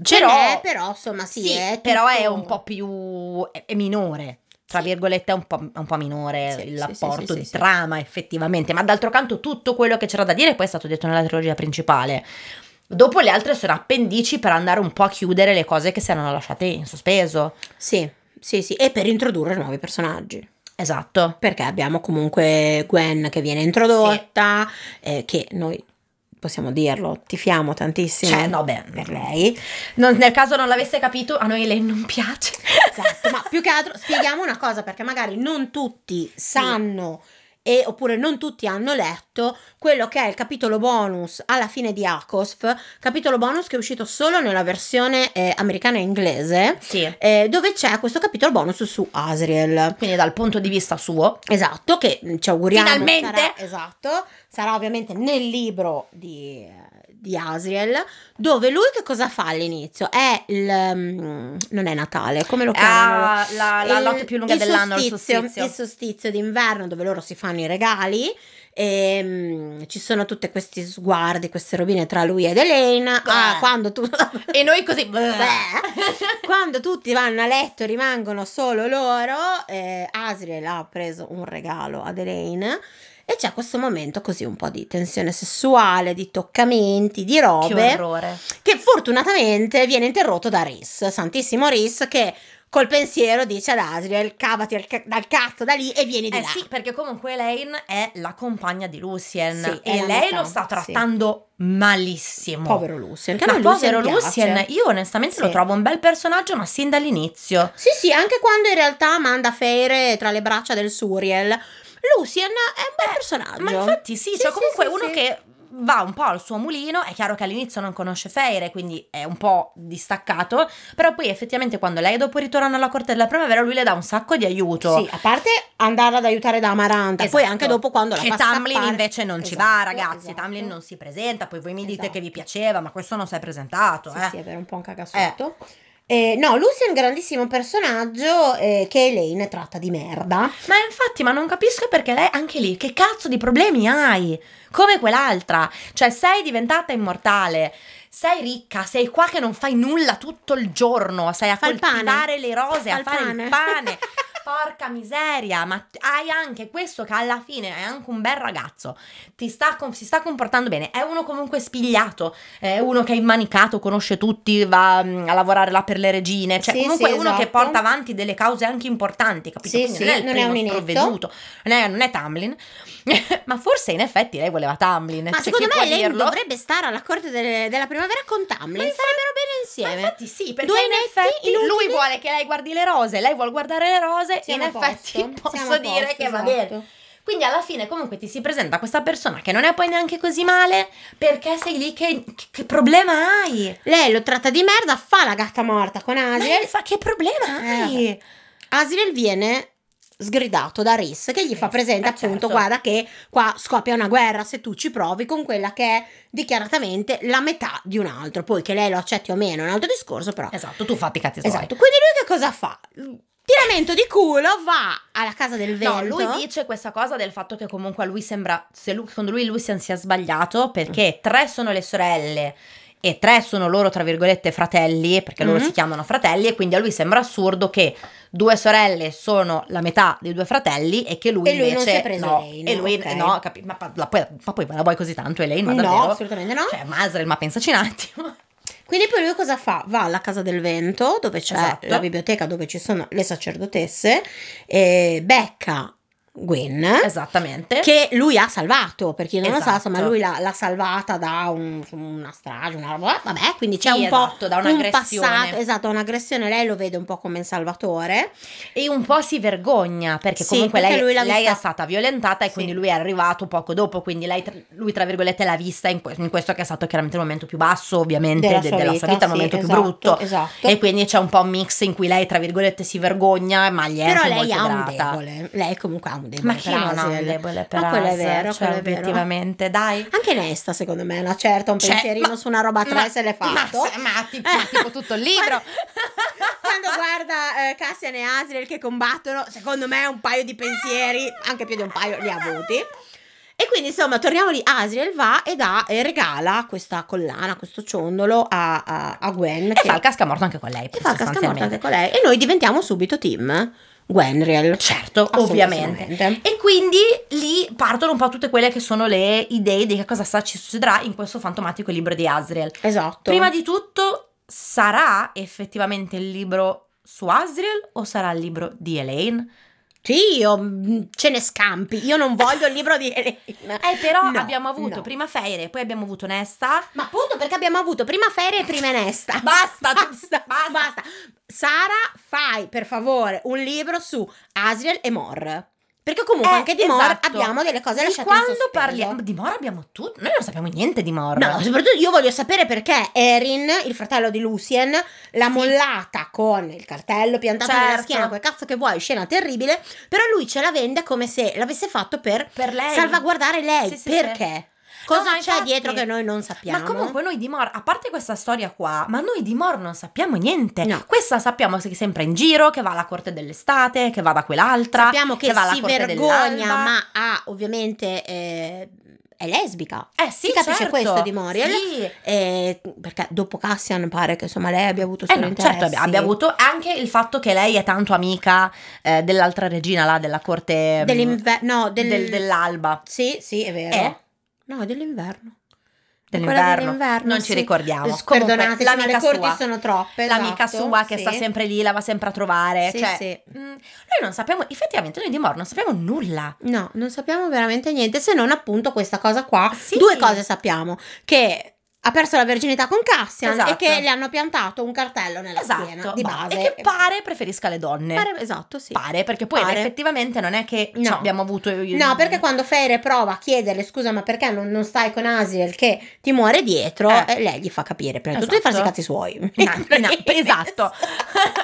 [SPEAKER 2] Ce
[SPEAKER 1] Ah. Però-
[SPEAKER 2] n'è, però insomma sì,
[SPEAKER 1] Sì,
[SPEAKER 2] è
[SPEAKER 1] però
[SPEAKER 2] tutto-
[SPEAKER 1] è un po' più... è, è minore. Tra
[SPEAKER 2] Sì.
[SPEAKER 1] virgolette è un po', un po' minore
[SPEAKER 2] Sì, sì, sì,
[SPEAKER 1] l'apporto
[SPEAKER 2] sì,
[SPEAKER 1] di
[SPEAKER 2] sì.
[SPEAKER 1] trama effettivamente, ma d'altro canto tutto quello che c'era da dire poi è stato detto nella trilogia principale. Dopo le altre sono appendici per andare un po' a chiudere le cose che si erano lasciate in sospeso.
[SPEAKER 2] Sì, sì, sì, e per introdurre nuovi personaggi.
[SPEAKER 1] Esatto.
[SPEAKER 2] perché abbiamo comunque Gwen che viene introdotta, eh, che noi possiamo dirlo, tifiamo tantissimo
[SPEAKER 1] Cioè, no, beh,
[SPEAKER 2] per lei.
[SPEAKER 1] non- nel caso non l'avesse capito, a noi lei non piace.
[SPEAKER 2] Esatto, ma più che altro spieghiamo una cosa perché magari non tutti sanno e, oppure non tutti hanno letto quello che è il capitolo bonus alla fine di Akosf, capitolo bonus che è uscito solo nella versione eh, americana e inglese,
[SPEAKER 1] Sì.
[SPEAKER 2] eh, dove c'è questo capitolo bonus su Asriel.
[SPEAKER 1] Quindi dal punto di vista suo,
[SPEAKER 2] Esatto, che mm, ci auguriamo
[SPEAKER 1] Finalmente!
[SPEAKER 2] sarà, esatto, sarà ovviamente nel libro di, eh, di Asriel, dove lui che cosa fa all'inizio? È il... mm, non è Natale, come lo chiamano?
[SPEAKER 1] ha Ah, la, la
[SPEAKER 2] Il-
[SPEAKER 1] notte più lunga
[SPEAKER 2] il
[SPEAKER 1] dell'anno, il
[SPEAKER 2] solstizio,
[SPEAKER 1] solstizio.
[SPEAKER 2] il solstizio d'inverno dove loro si fanno i regali e mm, ci sono tutti questi sguardi, queste robine tra lui ed Elena. Ah,
[SPEAKER 1] Beh.
[SPEAKER 2] quando tu
[SPEAKER 1] E noi così...
[SPEAKER 2] Beh, quando tutti vanno a letto rimangono solo loro, eh, Asriel ha preso un regalo ad Elaine e c'è questo momento così un po' di tensione sessuale, di toccamenti, di
[SPEAKER 1] che
[SPEAKER 2] robe,
[SPEAKER 1] orrore.
[SPEAKER 2] che fortunatamente viene interrotto da Rhys, Santissimo Rhys, che col pensiero dice ad Asriel cavati al ca- dal cazzo da lì e vieni di
[SPEAKER 1] Eh
[SPEAKER 2] là.
[SPEAKER 1] sì, perché comunque Elaine è la compagna di Lucien
[SPEAKER 2] Sì, è
[SPEAKER 1] e
[SPEAKER 2] la
[SPEAKER 1] lei
[SPEAKER 2] metà,
[SPEAKER 1] lo sta
[SPEAKER 2] sì.
[SPEAKER 1] trattando malissimo.
[SPEAKER 2] Povero Lucien. che
[SPEAKER 1] Ma
[SPEAKER 2] a me
[SPEAKER 1] povero
[SPEAKER 2] piace.
[SPEAKER 1] Lucien, io onestamente lo
[SPEAKER 2] Sì.
[SPEAKER 1] trovo un bel personaggio, ma sin dall'inizio.
[SPEAKER 2] Sì, sì, anche quando in realtà manda Feire tra le braccia del Suriel. Lucien è un bel personaggio.
[SPEAKER 1] Ma infatti sì,
[SPEAKER 2] Sì,
[SPEAKER 1] cioè
[SPEAKER 2] sì,
[SPEAKER 1] comunque
[SPEAKER 2] sì,
[SPEAKER 1] uno
[SPEAKER 2] sì.
[SPEAKER 1] che va un po' al suo mulino, è chiaro che all'inizio non conosce Feire, quindi è un po' distaccato, però poi effettivamente quando lei dopo ritorna alla corte della primavera lui le dà un sacco di aiuto.
[SPEAKER 2] Sì, a parte andarla ad aiutare da Amaranta, poi
[SPEAKER 1] Esatto.
[SPEAKER 2] anche dopo quando la
[SPEAKER 1] Che
[SPEAKER 2] fa
[SPEAKER 1] Tamlin
[SPEAKER 2] scappare-
[SPEAKER 1] invece non ci
[SPEAKER 2] Esatto,
[SPEAKER 1] va, ragazzi.
[SPEAKER 2] esatto.
[SPEAKER 1] Tamlin non si presenta. Poi voi mi dite
[SPEAKER 2] Esatto.
[SPEAKER 1] che vi piaceva, ma questo non si è presentato.
[SPEAKER 2] Sì,
[SPEAKER 1] eh.
[SPEAKER 2] sì, è vero, un po' un cagassotto. Eh, no, Lucy è un grandissimo personaggio eh, che Elaine tratta di merda.
[SPEAKER 1] Ma infatti, ma non capisco perché lei, anche lì, che cazzo di problemi hai? Come quell'altra. Cioè, sei diventata immortale, sei ricca, sei qua che non fai nulla tutto il giorno, sei a
[SPEAKER 2] Fa il pane.
[SPEAKER 1] coltivare le rose,
[SPEAKER 2] Fa
[SPEAKER 1] a
[SPEAKER 2] il
[SPEAKER 1] fare
[SPEAKER 2] pane.
[SPEAKER 1] il pane. Porca miseria, ma hai anche questo che alla fine è anche un bel ragazzo, ti sta, com- si sta comportando bene, è uno comunque spigliato, è uno che è immanicato, conosce tutti, va mm, a lavorare là per le regine, cioè
[SPEAKER 2] Sì,
[SPEAKER 1] comunque
[SPEAKER 2] sì,
[SPEAKER 1] è uno che
[SPEAKER 2] esatto.
[SPEAKER 1] porta avanti delle cause anche importanti, capito?
[SPEAKER 2] Sì,
[SPEAKER 1] Quindi
[SPEAKER 2] sì,
[SPEAKER 1] non è il
[SPEAKER 2] non è
[SPEAKER 1] primo
[SPEAKER 2] un inetto.
[SPEAKER 1] sprovveduto, non è, non è Tamlin, ma forse in effetti lei voleva Tamlin,
[SPEAKER 2] Ma
[SPEAKER 1] cioè,
[SPEAKER 2] secondo
[SPEAKER 1] chi
[SPEAKER 2] me
[SPEAKER 1] può
[SPEAKER 2] lei
[SPEAKER 1] dirlo?
[SPEAKER 2] dovrebbe stare alla corte delle- della primavera con Tamlin.
[SPEAKER 1] Ma infatti-
[SPEAKER 2] Sarebbero bene
[SPEAKER 1] Ma
[SPEAKER 2] insieme.
[SPEAKER 1] infatti sì, perché
[SPEAKER 2] Due
[SPEAKER 1] in
[SPEAKER 2] inetti,
[SPEAKER 1] effetti lui
[SPEAKER 2] inutili.
[SPEAKER 1] vuole che lei guardi le rose, lei vuole guardare le rose,
[SPEAKER 2] Siamo
[SPEAKER 1] in
[SPEAKER 2] a posto,
[SPEAKER 1] effetti
[SPEAKER 2] siamo
[SPEAKER 1] posso
[SPEAKER 2] a
[SPEAKER 1] dire
[SPEAKER 2] posto,
[SPEAKER 1] che va
[SPEAKER 2] esatto.
[SPEAKER 1] bene. Quindi alla fine comunque ti si presenta questa persona che non è poi neanche così male perché sei lì che, che- che problema hai?
[SPEAKER 2] Lei lo tratta di merda, fa la gatta morta con
[SPEAKER 1] Ma
[SPEAKER 2] Asriel.
[SPEAKER 1] infa- che problema
[SPEAKER 2] Eh,
[SPEAKER 1] hai?
[SPEAKER 2] Asriel viene sgridato da Rhys che gli fa
[SPEAKER 1] Eh,
[SPEAKER 2] presente
[SPEAKER 1] eh,
[SPEAKER 2] appunto
[SPEAKER 1] certo.
[SPEAKER 2] guarda che qua scoppia una guerra se tu ci provi con quella che è dichiaratamente la metà di un altro poi che lei lo accetti o meno è un altro discorso però
[SPEAKER 1] Esatto, tu fatti i cazzi tuoi.
[SPEAKER 2] esatto quindi lui che cosa fa? tiramento di culo va alla casa del vento
[SPEAKER 1] No, lui dice questa cosa del fatto che comunque a lui sembra, se lui- secondo lui Lucian sia sbagliato
[SPEAKER 2] Mm.
[SPEAKER 1] perché tre sono le sorelle e tre sono loro, tra virgolette, fratelli, perché loro
[SPEAKER 2] Mhm.
[SPEAKER 1] si chiamano fratelli e quindi a lui sembra assurdo che due sorelle sono la metà dei due fratelli e che lui
[SPEAKER 2] E lui non
[SPEAKER 1] invece
[SPEAKER 2] si è preso
[SPEAKER 1] no,
[SPEAKER 2] Elaine,
[SPEAKER 1] e lui
[SPEAKER 2] ok.
[SPEAKER 1] no, capi- ma, pa- la- poi, ma poi me la vuoi così tanto Elaine, ma
[SPEAKER 2] no
[SPEAKER 1] davvero?
[SPEAKER 2] assolutamente Eh? no
[SPEAKER 1] Cioè, Masrel, ma pensaci un attimo.
[SPEAKER 2] Quindi poi lui cosa fa? Va alla casa del vento, dove c'è
[SPEAKER 1] Esatto.
[SPEAKER 2] la biblioteca dove ci sono le sacerdotesse, e becca Gwen,
[SPEAKER 1] Esatto. Esattamente.
[SPEAKER 2] che lui ha salvato, per chi non lo sa,
[SPEAKER 1] Eh. Esatto.
[SPEAKER 2] insomma lui l'ha, l'ha salvata da un- una strage, una roba, vabbè, quindi c'è
[SPEAKER 1] Sì,
[SPEAKER 2] un po'
[SPEAKER 1] esatto, da
[SPEAKER 2] un
[SPEAKER 1] un'aggressione.
[SPEAKER 2] passato, esatto, un'aggressione, lei lo vede un po' come il salvatore,
[SPEAKER 1] E un po' si vergogna perché
[SPEAKER 2] Sì,
[SPEAKER 1] comunque
[SPEAKER 2] perché
[SPEAKER 1] lei,
[SPEAKER 2] lui l'ha
[SPEAKER 1] lei
[SPEAKER 2] vista-
[SPEAKER 1] è stata violentata e
[SPEAKER 2] Sì.
[SPEAKER 1] quindi lui è arrivato poco dopo, quindi lei tra- lui tra virgolette l'ha vista in, que- in questo che è stato chiaramente il momento più basso ovviamente de- della sua vita, il
[SPEAKER 2] sì,
[SPEAKER 1] momento
[SPEAKER 2] esatto,
[SPEAKER 1] più brutto.
[SPEAKER 2] esatto.
[SPEAKER 1] E quindi c'è un po' un mix in cui lei tra virgolette si vergogna ma gli è
[SPEAKER 2] Però
[SPEAKER 1] anche
[SPEAKER 2] lei
[SPEAKER 1] molto
[SPEAKER 2] ha un
[SPEAKER 1] grata.
[SPEAKER 2] debole, lei comunque ha un debole
[SPEAKER 1] Ma chi
[SPEAKER 2] per
[SPEAKER 1] non ha un
[SPEAKER 2] Hazel.
[SPEAKER 1] debole per
[SPEAKER 2] Ma quello è
[SPEAKER 1] Hazel?
[SPEAKER 2] vero,
[SPEAKER 1] cioè,
[SPEAKER 2] quello è vero.
[SPEAKER 1] obiettivamente, dai.
[SPEAKER 2] Anche lei sta secondo me una certa, un
[SPEAKER 1] Cioè,
[SPEAKER 2] pensierino
[SPEAKER 1] ma-
[SPEAKER 2] su una roba tre
[SPEAKER 1] ma-
[SPEAKER 2] se l'è fatto.
[SPEAKER 1] Ma, ma tipo,
[SPEAKER 2] Eh.
[SPEAKER 1] ma tipo tutto il libro.
[SPEAKER 2] Guarda- Quando guarda eh, Cassian e Asriel che combattono, secondo me un paio di pensieri, anche più di un paio, li ha avuti. E quindi insomma, torniamo lì, Asriel va e, dà, e regala questa collana, questo ciondolo a, a- a Gwen.
[SPEAKER 1] E fa il cascamorto anche con lei.
[SPEAKER 2] che fa il cascamorto
[SPEAKER 1] sostanzialmente.
[SPEAKER 2] anche con lei. E noi diventiamo subito team Gwenriel. Cioè,
[SPEAKER 1] Certo, ovviamente.
[SPEAKER 2] Assolutamente.
[SPEAKER 1] E quindi lì partono un po' tutte quelle che sono le idee di che cosa sta- ci succederà in questo fantomatico libro di Asriel.
[SPEAKER 2] Esatto.
[SPEAKER 1] Prima di tutto, sarà effettivamente il libro su Asriel o sarà il libro di Elaine?
[SPEAKER 2] Sì, io mh, ce ne scampi. Io non voglio il libro di Elena.
[SPEAKER 1] Eh, però
[SPEAKER 2] No,
[SPEAKER 1] abbiamo avuto
[SPEAKER 2] no.
[SPEAKER 1] prima Feire, poi abbiamo avuto Nesta.
[SPEAKER 2] Ma appunto perché abbiamo avuto prima Feria e prima Nesta.
[SPEAKER 1] Basta,
[SPEAKER 2] Basta,
[SPEAKER 1] basta.
[SPEAKER 2] Ah, basta. Sara, fai per favore un libro su Asriel e Mor. Perché comunque
[SPEAKER 1] Eh,
[SPEAKER 2] anche di Mor
[SPEAKER 1] esatto.
[SPEAKER 2] abbiamo delle cose
[SPEAKER 1] Di
[SPEAKER 2] lasciate in
[SPEAKER 1] quando
[SPEAKER 2] sospeso.
[SPEAKER 1] parliamo di Mor abbiamo tutto, noi non sappiamo niente di Mor.
[SPEAKER 2] No, soprattutto io voglio sapere perché Erin, il fratello di Lucien, l'ha mollata con il cartello piantato nella
[SPEAKER 1] Certo.
[SPEAKER 2] schiena, quel cazzo che vuoi, scena terribile, però lui ce la vende come se l'avesse fatto per
[SPEAKER 1] per lei.
[SPEAKER 2] salvaguardare lei.
[SPEAKER 1] Sì, sì,
[SPEAKER 2] perché? Cosa
[SPEAKER 1] No,
[SPEAKER 2] c'è
[SPEAKER 1] infatti.
[SPEAKER 2] dietro che noi non sappiamo?
[SPEAKER 1] Ma comunque noi di Mor, a parte questa storia qua, ma noi di Mor non sappiamo niente.
[SPEAKER 2] No.
[SPEAKER 1] Questa sappiamo che è sempre in giro, che va alla corte dell'estate, che va da quell'altra.
[SPEAKER 2] sappiamo che,
[SPEAKER 1] va alla
[SPEAKER 2] si
[SPEAKER 1] corte
[SPEAKER 2] vergogna,
[SPEAKER 1] dell'alba.
[SPEAKER 2] ma ha ovviamente eh, è lesbica.
[SPEAKER 1] Eh sì,
[SPEAKER 2] si capisce
[SPEAKER 1] certo.
[SPEAKER 2] questo di Moriel?
[SPEAKER 1] Sì.
[SPEAKER 2] Eh, perché dopo Cassian pare che insomma lei abbia avuto
[SPEAKER 1] Eh
[SPEAKER 2] solo
[SPEAKER 1] no,
[SPEAKER 2] interessi.
[SPEAKER 1] certo, abbia, abbia avuto anche il fatto che lei è tanto amica eh, dell'altra regina là, della corte mm,
[SPEAKER 2] Dell'inver- no, del-
[SPEAKER 1] del- dell'alba.
[SPEAKER 2] Sì, sì, è vero.
[SPEAKER 1] Eh?
[SPEAKER 2] No, è dell'inverno.
[SPEAKER 1] dell'inverno.
[SPEAKER 2] dell'inverno,
[SPEAKER 1] non ci
[SPEAKER 2] sì.
[SPEAKER 1] ricordiamo.
[SPEAKER 2] Perdonateci, ma le
[SPEAKER 1] l'amica
[SPEAKER 2] corti
[SPEAKER 1] sua.
[SPEAKER 2] sono troppe.
[SPEAKER 1] L'amica
[SPEAKER 2] esatto,
[SPEAKER 1] sua che
[SPEAKER 2] sì.
[SPEAKER 1] sta sempre lì, la va sempre a trovare.
[SPEAKER 2] Sì,
[SPEAKER 1] cioè,
[SPEAKER 2] sì.
[SPEAKER 1] mh, noi non sappiamo, effettivamente, noi di Mor non sappiamo nulla.
[SPEAKER 2] No, non sappiamo veramente niente se non appunto questa cosa qua.
[SPEAKER 1] Sì.
[SPEAKER 2] Due cose sappiamo: che ha perso la virginità con Cassian
[SPEAKER 1] Esatto.
[SPEAKER 2] e che le hanno piantato un cartello nella schiena
[SPEAKER 1] Esatto.
[SPEAKER 2] di
[SPEAKER 1] ma-
[SPEAKER 2] base.
[SPEAKER 1] E che pare preferisca le donne.
[SPEAKER 2] Pare- esatto, sì.
[SPEAKER 1] Pare, perché poi
[SPEAKER 2] Pare.
[SPEAKER 1] effettivamente non è che ci
[SPEAKER 2] No.
[SPEAKER 1] abbiamo avuto.
[SPEAKER 2] No, perché quando Fere prova a chiederle scusa, ma perché non, non stai con Asiel che ti muore dietro,
[SPEAKER 1] Eh.
[SPEAKER 2] eh, lei gli fa capire prima di tutto
[SPEAKER 1] Esatto.
[SPEAKER 2] di farsi i cazzi suoi.
[SPEAKER 1] Inna- inna- esatto,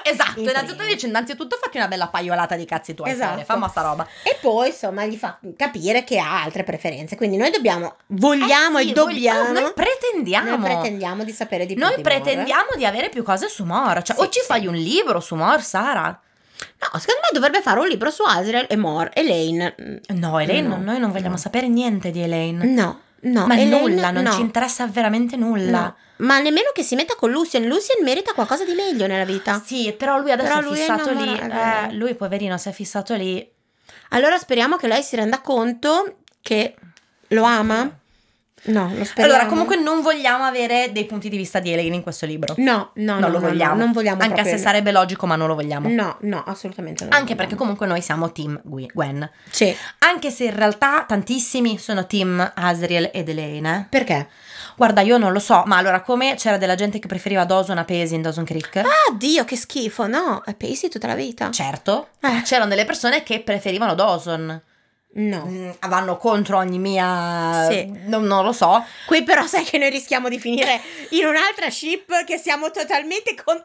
[SPEAKER 1] esatto.
[SPEAKER 2] In
[SPEAKER 1] Innanzitutto
[SPEAKER 2] primis.
[SPEAKER 1] dice: innanzitutto fatti una bella paiolata di cazzi tuoi.
[SPEAKER 2] Esatto.
[SPEAKER 1] Fere, Famma sta roba.
[SPEAKER 2] E poi, insomma, gli fa capire che ha altre preferenze. Quindi noi dobbiamo, vogliamo
[SPEAKER 1] Eh sì,
[SPEAKER 2] e
[SPEAKER 1] voglio-
[SPEAKER 2] dobbiamo.
[SPEAKER 1] oh, noi pretendiamo.
[SPEAKER 2] Noi pretendiamo di sapere di più.
[SPEAKER 1] Noi
[SPEAKER 2] di Moore.
[SPEAKER 1] pretendiamo di avere più cose su Mor. Cioè,
[SPEAKER 2] Sì,
[SPEAKER 1] o ci
[SPEAKER 2] sì.
[SPEAKER 1] fai un libro su Mor, Sara?
[SPEAKER 2] No, secondo me dovrebbe fare un libro su Azrael e Mor e Lane. mm,
[SPEAKER 1] No, Elaine,
[SPEAKER 2] No.
[SPEAKER 1] no, noi non vogliamo
[SPEAKER 2] No.
[SPEAKER 1] sapere niente di Elaine.
[SPEAKER 2] No, no.
[SPEAKER 1] Ma
[SPEAKER 2] Elaine,
[SPEAKER 1] nulla, non
[SPEAKER 2] no,
[SPEAKER 1] ci interessa veramente nulla.
[SPEAKER 2] no. Ma nemmeno che si metta con Lucien. Lucien merita qualcosa di meglio nella vita.
[SPEAKER 1] Sì, però lui adesso
[SPEAKER 2] Però
[SPEAKER 1] è
[SPEAKER 2] lui è
[SPEAKER 1] fissato lì.
[SPEAKER 2] innamorato,
[SPEAKER 1] eh,
[SPEAKER 2] eh.
[SPEAKER 1] lui, poverino, si è fissato lì.
[SPEAKER 2] Allora speriamo che lei si renda conto che lo ama. No, lo speriamo.
[SPEAKER 1] Allora, comunque, non vogliamo avere dei punti di vista di Elaine in questo libro.
[SPEAKER 2] No, no,
[SPEAKER 1] non
[SPEAKER 2] no,
[SPEAKER 1] lo
[SPEAKER 2] no, no,
[SPEAKER 1] vogliamo.
[SPEAKER 2] non vogliamo
[SPEAKER 1] Anche
[SPEAKER 2] proprio- Mm.
[SPEAKER 1] se sarebbe logico, ma non lo vogliamo.
[SPEAKER 2] No, no, assolutamente no.
[SPEAKER 1] Anche perché comunque noi siamo team Gwen- Gwen.
[SPEAKER 2] Sì.
[SPEAKER 1] Anche se in realtà tantissimi sono team Asriel ed Elaine. eh.
[SPEAKER 2] Perché?
[SPEAKER 1] Guarda, io non lo so, ma allora come c'era della gente che preferiva Dawson a Pesi in Dawson Creek?
[SPEAKER 2] Ah, Dio, che schifo. No, è Pacey tutta la vita.
[SPEAKER 1] Certo.
[SPEAKER 2] Eh.
[SPEAKER 1] C'erano delle persone che preferivano Dawson.
[SPEAKER 2] No.
[SPEAKER 1] Mm, Vanno contro ogni mia...
[SPEAKER 2] Sì.
[SPEAKER 1] Non, non lo so.
[SPEAKER 2] Qui però sai che noi rischiamo di finire in un'altra ship che siamo totalmente con...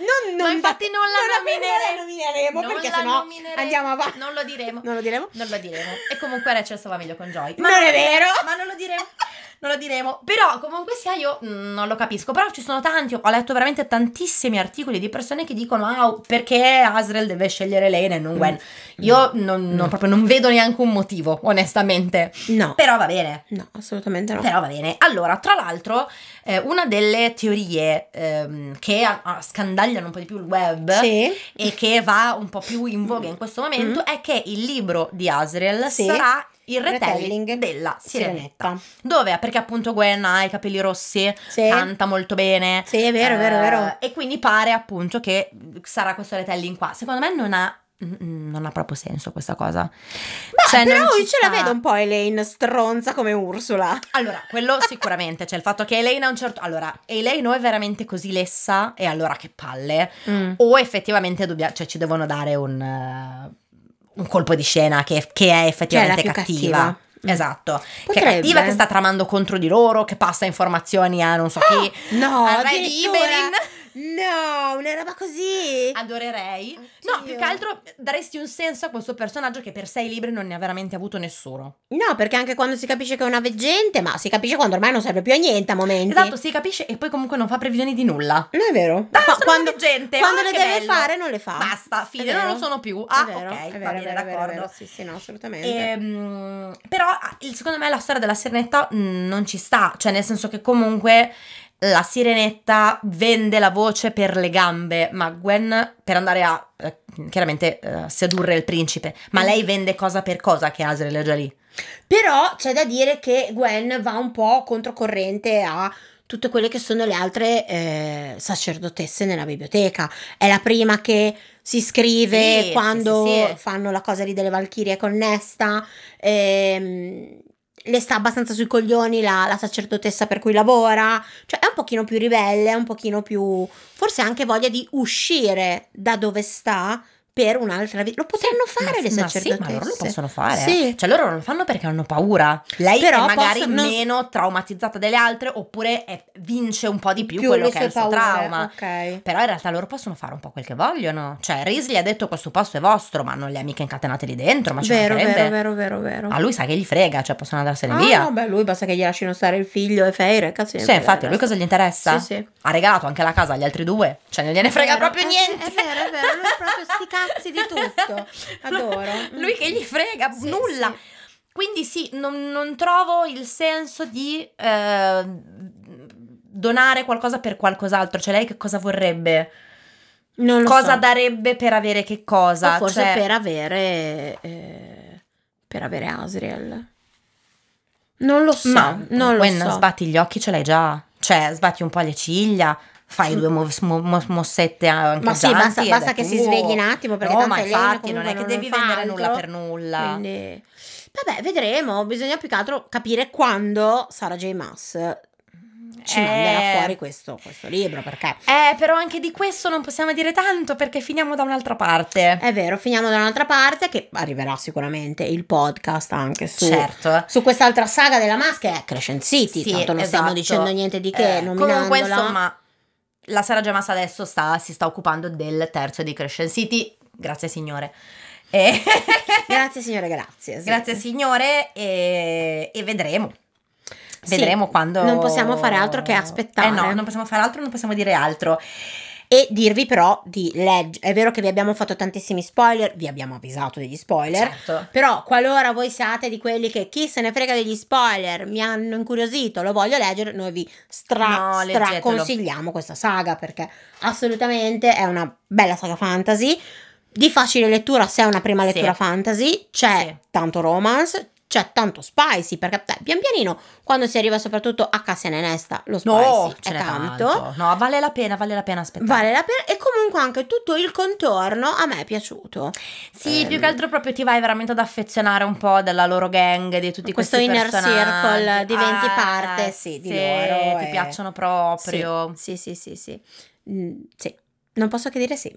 [SPEAKER 2] Non, non
[SPEAKER 1] Ma infatti non la nomineremo.
[SPEAKER 2] la nomineremo
[SPEAKER 1] Non
[SPEAKER 2] perché
[SPEAKER 1] la
[SPEAKER 2] sennò
[SPEAKER 1] nomineremo.
[SPEAKER 2] andiamo avanti.
[SPEAKER 1] Non lo diremo.
[SPEAKER 2] Non lo diremo?
[SPEAKER 1] Non lo diremo. E comunque Rachel stava meglio con Joy.
[SPEAKER 2] Non è vero.
[SPEAKER 1] Ma non lo diremo. Non lo diremo. Però comunque sia io mm, non lo capisco. Però ci sono tanti. Ho letto veramente tantissimi articoli di persone che dicono ah, perché Asriel deve scegliere Lane e non Gwen. Io non, non-
[SPEAKER 2] No.
[SPEAKER 1] proprio non vedo neanche un motivo, onestamente.
[SPEAKER 2] No.
[SPEAKER 1] Però va bene.
[SPEAKER 2] No, assolutamente no.
[SPEAKER 1] Però va bene. Allora, tra l'altro, eh, una delle teorie ehm, che ah, ah, scandagliano un po' di più il web
[SPEAKER 2] Sì.
[SPEAKER 1] e che va un po' più in voga in questo momento è che il libro di Asriel
[SPEAKER 2] Mm. Sì.
[SPEAKER 1] sarà il retelling,
[SPEAKER 2] Retelling
[SPEAKER 1] della sirenetta.
[SPEAKER 2] Sirenetta.
[SPEAKER 1] Dove? Perché appunto Gwen ha i capelli rossi,
[SPEAKER 2] Sì.
[SPEAKER 1] canta molto bene.
[SPEAKER 2] Sì, è vero, è vero, è vero.
[SPEAKER 1] Eh, E quindi pare appunto che sarà questo retelling qua. Secondo me non ha, mm, non ha proprio senso questa cosa.
[SPEAKER 2] Ma
[SPEAKER 1] cioè, non
[SPEAKER 2] però
[SPEAKER 1] ci
[SPEAKER 2] io ce la
[SPEAKER 1] sta.
[SPEAKER 2] vedo un po' Elaine stronza come Ursula.
[SPEAKER 1] Allora, quello sicuramente, cioè il fatto che Elaine a un certo... Allora, Elaine o è veramente così lessa e allora che palle, o effettivamente dobbia- cioè, ci devono dare un, eh, un colpo di scena che, che è effettivamente
[SPEAKER 2] Che è Cioè, la più
[SPEAKER 1] cattiva.
[SPEAKER 2] cattiva. Mm.
[SPEAKER 1] Esatto, che è
[SPEAKER 2] Potrebbe.
[SPEAKER 1] cattiva, che sta tramando contro di loro, che passa informazioni a non so chi.
[SPEAKER 2] Ah! No,
[SPEAKER 1] Al re di
[SPEAKER 2] addirittura.
[SPEAKER 1] Iberin.
[SPEAKER 2] No, una roba così.
[SPEAKER 1] Adorerei. No,
[SPEAKER 2] Oddio.
[SPEAKER 1] più che altro daresti un senso a questo personaggio che per sei libri non ne ha veramente avuto nessuno.
[SPEAKER 2] No, perché anche quando si capisce che è una veggente, ma si capisce quando ormai non serve più a niente a momenti.
[SPEAKER 1] Esatto, si capisce e poi comunque non fa previsioni di nulla.
[SPEAKER 2] Non è vero.
[SPEAKER 1] Ah,
[SPEAKER 2] Qua-
[SPEAKER 1] sono
[SPEAKER 2] quando
[SPEAKER 1] gente,
[SPEAKER 2] quando
[SPEAKER 1] ah,
[SPEAKER 2] le
[SPEAKER 1] che
[SPEAKER 2] deve
[SPEAKER 1] bello.
[SPEAKER 2] fare non le fa.
[SPEAKER 1] Basta, fine,
[SPEAKER 2] È vero.
[SPEAKER 1] non lo sono più.
[SPEAKER 2] È
[SPEAKER 1] Ah, ok,
[SPEAKER 2] vero, è vero,
[SPEAKER 1] va
[SPEAKER 2] è
[SPEAKER 1] bene,
[SPEAKER 2] vero, è vero,
[SPEAKER 1] d'accordo.
[SPEAKER 2] è vero. Sì, sì, no, assolutamente.
[SPEAKER 1] Ehm, però ah, il- secondo me la storia della sirenetta mh, non ci sta, cioè nel senso che comunque la sirenetta vende la voce per le gambe, ma Gwen per andare a eh, chiaramente eh, sedurre il principe, ma lei vende cosa per cosa che Asriel è già lì.
[SPEAKER 2] Però c'è da dire che Gwen va un po' controcorrente a tutte quelle che sono le altre eh, sacerdotesse nella biblioteca. È la prima che si iscrive
[SPEAKER 1] Sì, sì,
[SPEAKER 2] quando
[SPEAKER 1] sì, sì.
[SPEAKER 2] fanno la cosa lì delle Valchirie con Nesta. ehm, le sta abbastanza sui coglioni la, la sacerdotessa per cui lavora. Cioè è un pochino più ribelle, un pochino più... Forse ha anche voglia di uscire da dove sta per un'altra vita. Lo potranno fare
[SPEAKER 1] Ma-
[SPEAKER 2] le
[SPEAKER 1] ma sì,
[SPEAKER 2] sacerdotesse.
[SPEAKER 1] ma loro lo possono fare.
[SPEAKER 2] Sì.
[SPEAKER 1] Cioè loro non lo fanno perché hanno paura. Lei
[SPEAKER 2] Però
[SPEAKER 1] è magari
[SPEAKER 2] possono-
[SPEAKER 1] meno traumatizzata delle altre oppure è- vince un po' di più, quello
[SPEAKER 2] le
[SPEAKER 1] che è
[SPEAKER 2] sue
[SPEAKER 1] il suo
[SPEAKER 2] paure,
[SPEAKER 1] trauma.
[SPEAKER 2] ok.
[SPEAKER 1] Però in realtà loro possono fare un po' quel che vogliono. Cioè, Risley ha detto questo posto è vostro, ma non li ha mica incatenate lì dentro, ma ci
[SPEAKER 2] Vero,
[SPEAKER 1] mancherebbe.
[SPEAKER 2] vero, vero, vero, vero.
[SPEAKER 1] A lui sa che gli frega, cioè possono andarsene
[SPEAKER 2] Ah,
[SPEAKER 1] via.
[SPEAKER 2] no, beh, lui basta che gli lasciano stare il figlio e Feire, cazzo.
[SPEAKER 1] Sì, infatti, a lui cosa gli interessa?
[SPEAKER 2] Sì, sì.
[SPEAKER 1] Ha regalato anche la casa agli altri due, cioè non gliene frega
[SPEAKER 2] Vero,
[SPEAKER 1] proprio
[SPEAKER 2] eh,
[SPEAKER 1] niente.
[SPEAKER 2] è vero, è vero, lui proprio sti cazzi di tutto. Adoro.
[SPEAKER 1] lui che gli frega
[SPEAKER 2] Sì,
[SPEAKER 1] nulla.
[SPEAKER 2] sì.
[SPEAKER 1] Quindi sì, non, non trovo il senso di eh, donare qualcosa per qualcos'altro. Cioè, lei che cosa vorrebbe?
[SPEAKER 2] Non lo
[SPEAKER 1] Cosa
[SPEAKER 2] so.
[SPEAKER 1] darebbe per avere che cosa?
[SPEAKER 2] O forse
[SPEAKER 1] Cioè,
[SPEAKER 2] per avere eh, per avere Asriel. Non lo so,
[SPEAKER 1] Ma
[SPEAKER 2] non lo
[SPEAKER 1] Gwen,
[SPEAKER 2] so.
[SPEAKER 1] sbatti gli occhi, ce l'hai già. Cioè, sbatti un po' le ciglia, fai due mos- mo- mos- mossette anche
[SPEAKER 2] Mm. Ma sì,
[SPEAKER 1] aggianti
[SPEAKER 2] basta,
[SPEAKER 1] ed è
[SPEAKER 2] basta che si
[SPEAKER 1] tuo.
[SPEAKER 2] svegli un attimo perché
[SPEAKER 1] No,
[SPEAKER 2] tanto
[SPEAKER 1] ma
[SPEAKER 2] Elena
[SPEAKER 1] infatti non
[SPEAKER 2] comunque
[SPEAKER 1] è che
[SPEAKER 2] non
[SPEAKER 1] devi
[SPEAKER 2] fa
[SPEAKER 1] vendere
[SPEAKER 2] altro.
[SPEAKER 1] nulla per nulla.
[SPEAKER 2] Quindi, vabbè, vedremo. Bisogna più che altro capire quando Sara J. Maas ci
[SPEAKER 1] Eh.
[SPEAKER 2] manderà fuori questo, questo libro. Perché
[SPEAKER 1] Eh, però anche di questo non possiamo dire tanto perché finiamo da un'altra parte.
[SPEAKER 2] è vero, finiamo da un'altra parte. Che arriverà sicuramente il podcast anche su,
[SPEAKER 1] Certo.
[SPEAKER 2] su quest'altra saga della Maas che è Crescent City.
[SPEAKER 1] Sì,
[SPEAKER 2] tanto non
[SPEAKER 1] esatto.
[SPEAKER 2] stiamo dicendo niente di che.
[SPEAKER 1] Eh,
[SPEAKER 2] nominandola.
[SPEAKER 1] comunque, insomma, la Sara Gemas adesso sta- si sta occupando del terzo di Crescent City. Grazie, signore. E-
[SPEAKER 2] Grazie, signore, grazie. sì.
[SPEAKER 1] Grazie, signore. E, e vedremo.
[SPEAKER 2] Sì,
[SPEAKER 1] Vedremo quando.
[SPEAKER 2] non possiamo fare altro che aspettare.
[SPEAKER 1] Eh no, non possiamo fare altro, non possiamo dire altro.
[SPEAKER 2] E dirvi però di leggere. È vero che vi abbiamo fatto tantissimi spoiler, vi abbiamo avvisato degli spoiler.
[SPEAKER 1] Certo.
[SPEAKER 2] Però, qualora voi siate di quelli che chi se ne frega degli spoiler, mi hanno incuriosito, lo voglio leggere, noi vi stra,
[SPEAKER 1] No,
[SPEAKER 2] stra-
[SPEAKER 1] leggetelo.
[SPEAKER 2] consigliamo questa saga perché assolutamente è una bella saga fantasy. Di facile lettura se è una prima
[SPEAKER 1] Sì.
[SPEAKER 2] lettura fantasy, c'è
[SPEAKER 1] Sì.
[SPEAKER 2] tanto romance, c'è tanto spicy perché beh, pian pianino quando si arriva soprattutto a Cassian e Nesta lo spicy
[SPEAKER 1] No,
[SPEAKER 2] è
[SPEAKER 1] ce n'è
[SPEAKER 2] tanto.
[SPEAKER 1] tanto. No, vale la pena, vale la pena aspettare.
[SPEAKER 2] Vale la pena e comunque anche tutto il contorno a me è piaciuto.
[SPEAKER 1] Sì,
[SPEAKER 2] Ehm.
[SPEAKER 1] più che altro proprio ti vai veramente ad affezionare un po' della loro gang, di tutti
[SPEAKER 2] Questo
[SPEAKER 1] questi
[SPEAKER 2] inner
[SPEAKER 1] personaggi.
[SPEAKER 2] circle, diventi
[SPEAKER 1] Ah,
[SPEAKER 2] parte, sì, di
[SPEAKER 1] sì,
[SPEAKER 2] loro
[SPEAKER 1] Ti
[SPEAKER 2] e-
[SPEAKER 1] piacciono proprio.
[SPEAKER 2] Sì, sì, sì, sì. sì. Mm, sì. Non posso che dire sì.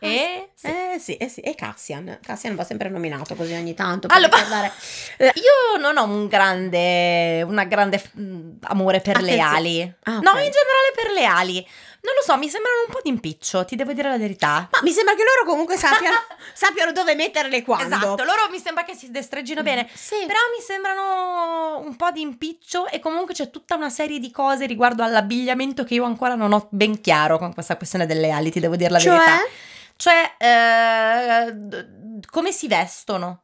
[SPEAKER 1] E?
[SPEAKER 2] Sì. Eh sì, eh sì, e Cassian. Cassian va sempre nominato così ogni tanto. Per
[SPEAKER 1] Allora,
[SPEAKER 2] ricordare-
[SPEAKER 1] io non ho un grande, una grande mm, amore per le
[SPEAKER 2] Attenzione.
[SPEAKER 1] ali.
[SPEAKER 2] Ah, ok.
[SPEAKER 1] No, in generale per le ali. Non lo so, mi sembrano un po' d'impiccio, ti devo dire la verità.
[SPEAKER 2] Ma mi sembra che loro comunque sappiano, sappiano dove metterle e quando. Mm.
[SPEAKER 1] Esatto, loro mi sembra che si destreggino bene.
[SPEAKER 2] Sì.
[SPEAKER 1] Però mi sembrano un po' di impiccio e comunque c'è tutta una serie di cose riguardo all'abbigliamento che io ancora non ho ben chiaro con questa questione delle ali, ti devo dire la verità.
[SPEAKER 2] Cioè,
[SPEAKER 1] Cioè, eh, d- come si vestono?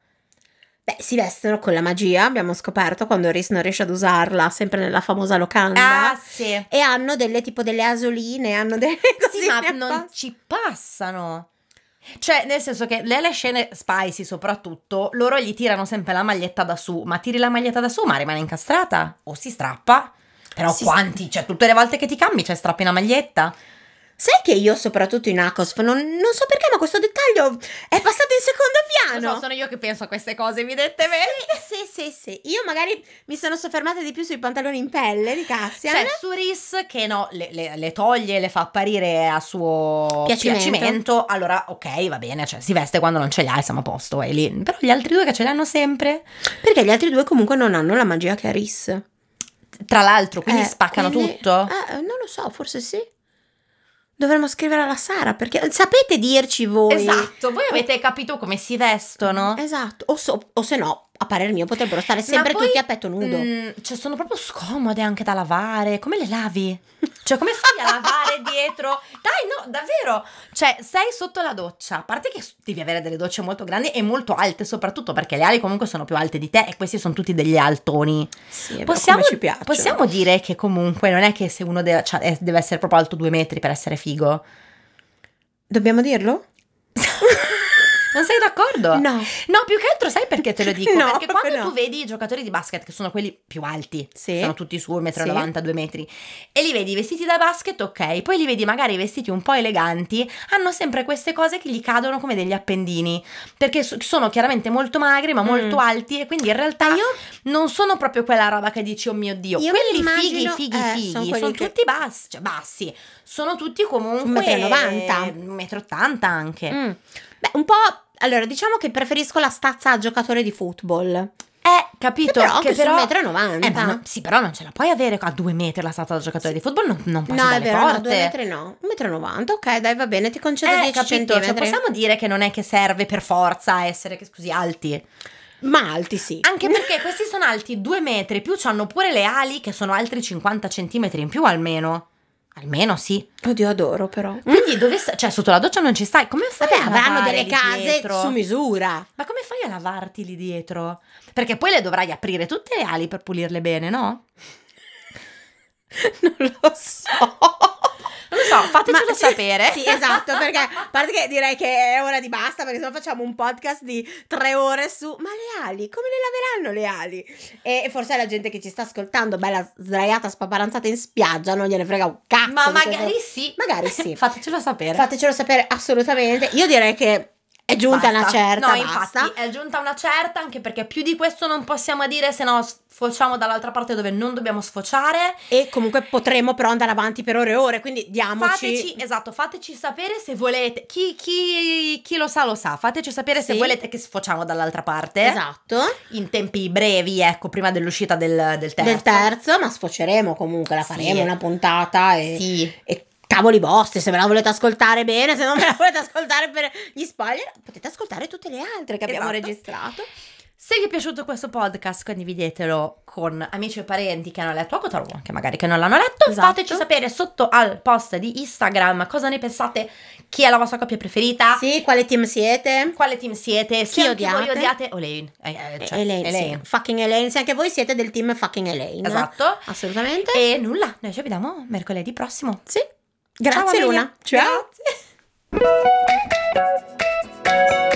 [SPEAKER 2] beh, si vestono con la magia, abbiamo scoperto quando Rhys non riesce ad usarla, sempre nella famosa locanda.
[SPEAKER 1] Ah, sì.
[SPEAKER 2] E hanno delle tipo delle asoline, hanno delle
[SPEAKER 1] Sì,
[SPEAKER 2] cosine
[SPEAKER 1] ma
[SPEAKER 2] apposta.
[SPEAKER 1] non ci passano. Cioè, nel senso che nelle scene spicy soprattutto, loro gli tirano sempre la maglietta da su, ma tiri la maglietta da su, ma rimane incastrata o si strappa. Però
[SPEAKER 2] Si-
[SPEAKER 1] quanti, cioè tutte le volte che ti cambi, cioè strappi una maglietta.
[SPEAKER 2] Sai che io, soprattutto in Acosf, non, non so perché, ma questo dettaglio è passato in secondo piano.
[SPEAKER 1] Lo so, sono io che penso a queste cose, evidentemente.
[SPEAKER 2] Sì, sì, sì. Io magari mi sono soffermata di più sui pantaloni in pelle di Cassian.
[SPEAKER 1] Cioè, Suris che no, le, le- le toglie, le fa apparire a suo
[SPEAKER 2] Piacimento.
[SPEAKER 1] piacimento. Allora, ok, va bene, cioè si veste quando non ce li hai, siamo a posto, è lì. Però gli altri due che ce li hanno sempre,
[SPEAKER 2] Perché gli altri due comunque non hanno la magia che ha Rhys.
[SPEAKER 1] tra l'altro, quindi Ah,
[SPEAKER 2] Eh,
[SPEAKER 1] spaccano
[SPEAKER 2] quindi-
[SPEAKER 1] tutto.
[SPEAKER 2] Eh, non lo so, forse sì. Dovremmo scrivere alla Sara, perché sapete dirci voi.
[SPEAKER 1] Esatto, voi avete capito come si vestono?
[SPEAKER 2] Esatto. O, so- o se no, a parer mio, potrebbero stare sempre
[SPEAKER 1] poi-
[SPEAKER 2] tutti a petto nudo.
[SPEAKER 1] Mm, cioè, sono proprio scomode anche da lavare. Come le lavi? Cioè, come fai a lavare dietro? Dai, no, davvero. Cioè, sei sotto la doccia. A parte che devi avere delle docce molto grandi e molto alte, soprattutto perché le ali comunque sono più alte di te e questi sono tutti degli altoni.
[SPEAKER 2] Sì, è vero,
[SPEAKER 1] Possiamo,
[SPEAKER 2] come ci piacciono.
[SPEAKER 1] possiamo dire che comunque non è che se uno deve, cioè, eh, deve essere proprio alto due metri per essere figo.
[SPEAKER 2] Dobbiamo dirlo?
[SPEAKER 1] Non sei d'accordo?
[SPEAKER 2] No.
[SPEAKER 1] No, più che altro sai perché te lo dico?
[SPEAKER 2] No,
[SPEAKER 1] perché quando
[SPEAKER 2] no.
[SPEAKER 1] tu vedi i giocatori di basket, che sono quelli più alti,
[SPEAKER 2] Sì.
[SPEAKER 1] sono tutti su 1,90
[SPEAKER 2] Sì.
[SPEAKER 1] 2 metri, e li vedi vestiti da basket, ok, poi li vedi magari vestiti un po' eleganti, hanno sempre queste cose che gli cadono come degli appendini, perché so- sono chiaramente molto magri ma
[SPEAKER 2] Mm. Ah,
[SPEAKER 1] molto alti e quindi in realtà
[SPEAKER 2] io
[SPEAKER 1] non sono proprio quella roba che dici oh mio Dio,
[SPEAKER 2] Io mi
[SPEAKER 1] quelli
[SPEAKER 2] immagino-
[SPEAKER 1] fighi, fighi,
[SPEAKER 2] eh,
[SPEAKER 1] fighi,
[SPEAKER 2] son
[SPEAKER 1] sono,
[SPEAKER 2] quelli che-
[SPEAKER 1] tutti bassi, cioè bassi, sono tutti comunque...
[SPEAKER 2] 1,90.
[SPEAKER 1] 1,80 anche.
[SPEAKER 2] Mm. Beh, un po'. Allora, diciamo che preferisco la stazza a giocatore di football.
[SPEAKER 1] Eh, capito?
[SPEAKER 2] però che
[SPEAKER 1] che
[SPEAKER 2] sono
[SPEAKER 1] però...
[SPEAKER 2] 1,90
[SPEAKER 1] Eh, ma no- sì, però non ce la puoi avere a due metri la statua da giocatore di football, non, non passi
[SPEAKER 2] No, è
[SPEAKER 1] dalle
[SPEAKER 2] vero, no,
[SPEAKER 1] porte.
[SPEAKER 2] 2 metri no. 1,90 m. Ok, dai, va bene, ti concedo
[SPEAKER 1] Eh,
[SPEAKER 2] 10
[SPEAKER 1] capito? Cioè,
[SPEAKER 2] centimetri.
[SPEAKER 1] possiamo dire che non è che serve per forza essere che- così alti.
[SPEAKER 2] Ma alti sì.
[SPEAKER 1] Anche perché questi sono alti due metri, più hanno pure le ali che sono altri 50 centimetri in più almeno. Almeno sì.
[SPEAKER 2] Oddio, adoro però.
[SPEAKER 1] Quindi dove sta- Cioè, sotto la doccia non ci stai. Come fai
[SPEAKER 2] Vabbè,
[SPEAKER 1] a
[SPEAKER 2] avranno
[SPEAKER 1] lavare
[SPEAKER 2] delle
[SPEAKER 1] lì
[SPEAKER 2] case
[SPEAKER 1] dietro?
[SPEAKER 2] su misura.
[SPEAKER 1] Ma come fai a lavarti lì dietro? Perché poi le dovrai aprire tutte le ali per pulirle bene, no?
[SPEAKER 2] non lo so.
[SPEAKER 1] Non lo so,
[SPEAKER 3] so, fatecelo
[SPEAKER 2] Ma-
[SPEAKER 3] sapere.
[SPEAKER 2] Sì, esatto, perché a parte che direi che è ora di basta, perché sennò facciamo un podcast di tre ore su. Ma le ali, come le laveranno le ali? E, e forse la gente che ci sta ascoltando, bella sdraiata, spaparanzata in spiaggia, non gliene frega un cazzo.
[SPEAKER 1] Ma
[SPEAKER 2] di questo.
[SPEAKER 1] magari sì.
[SPEAKER 2] Magari sì.
[SPEAKER 1] Fatecelo sapere.
[SPEAKER 2] Fatecelo sapere assolutamente. Io direi che è giunta
[SPEAKER 1] Basta.
[SPEAKER 2] una certa.
[SPEAKER 1] No,
[SPEAKER 2] basta.
[SPEAKER 1] infatti è giunta una certa, anche perché più di questo non possiamo dire, se no sfociamo dall'altra parte dove non dobbiamo sfociare.
[SPEAKER 2] E comunque potremo però andare avanti per ore e ore, quindi diamoci.
[SPEAKER 1] Fateci, esatto, fateci sapere se volete, chi, chi- chi lo sa lo sa, fateci sapere se
[SPEAKER 2] Sì.
[SPEAKER 1] volete che sfociamo dall'altra parte,
[SPEAKER 2] Esatto,
[SPEAKER 1] in tempi brevi, ecco, prima dell'uscita del, del terzo.
[SPEAKER 2] del terzo, ma sfoceremo comunque, la
[SPEAKER 1] Sì.
[SPEAKER 2] faremo una puntata e
[SPEAKER 1] Sì,
[SPEAKER 2] E cavoli vostri, se ve la volete ascoltare bene, se non ve la volete ascoltare per gli spoiler, potete ascoltare tutte le altre che abbiamo
[SPEAKER 1] Esatto.
[SPEAKER 2] registrato.
[SPEAKER 1] se vi è piaciuto questo podcast condividetelo con amici e parenti che hanno letto a Cotarù, anche magari che non l'hanno letto,
[SPEAKER 2] Esatto.
[SPEAKER 1] fateci sapere sotto al post di Instagram cosa ne pensate, chi è la vostra coppia preferita,
[SPEAKER 2] Sì, quale team siete?
[SPEAKER 1] quale team siete, se
[SPEAKER 2] Chi
[SPEAKER 1] anche voi
[SPEAKER 2] odiate?
[SPEAKER 1] odiate Elaine, eh, eh, cioè,
[SPEAKER 2] Elaine, sì.
[SPEAKER 1] Elaine.
[SPEAKER 2] fucking Elaine, se anche voi siete del team fucking Elaine.
[SPEAKER 1] esatto.
[SPEAKER 2] Assolutamente.
[SPEAKER 1] E nulla, noi ci vediamo mercoledì prossimo.
[SPEAKER 2] Sì. Grazie
[SPEAKER 1] Ciao, Amelia.
[SPEAKER 2] Luna. Ciao.
[SPEAKER 1] Grazie.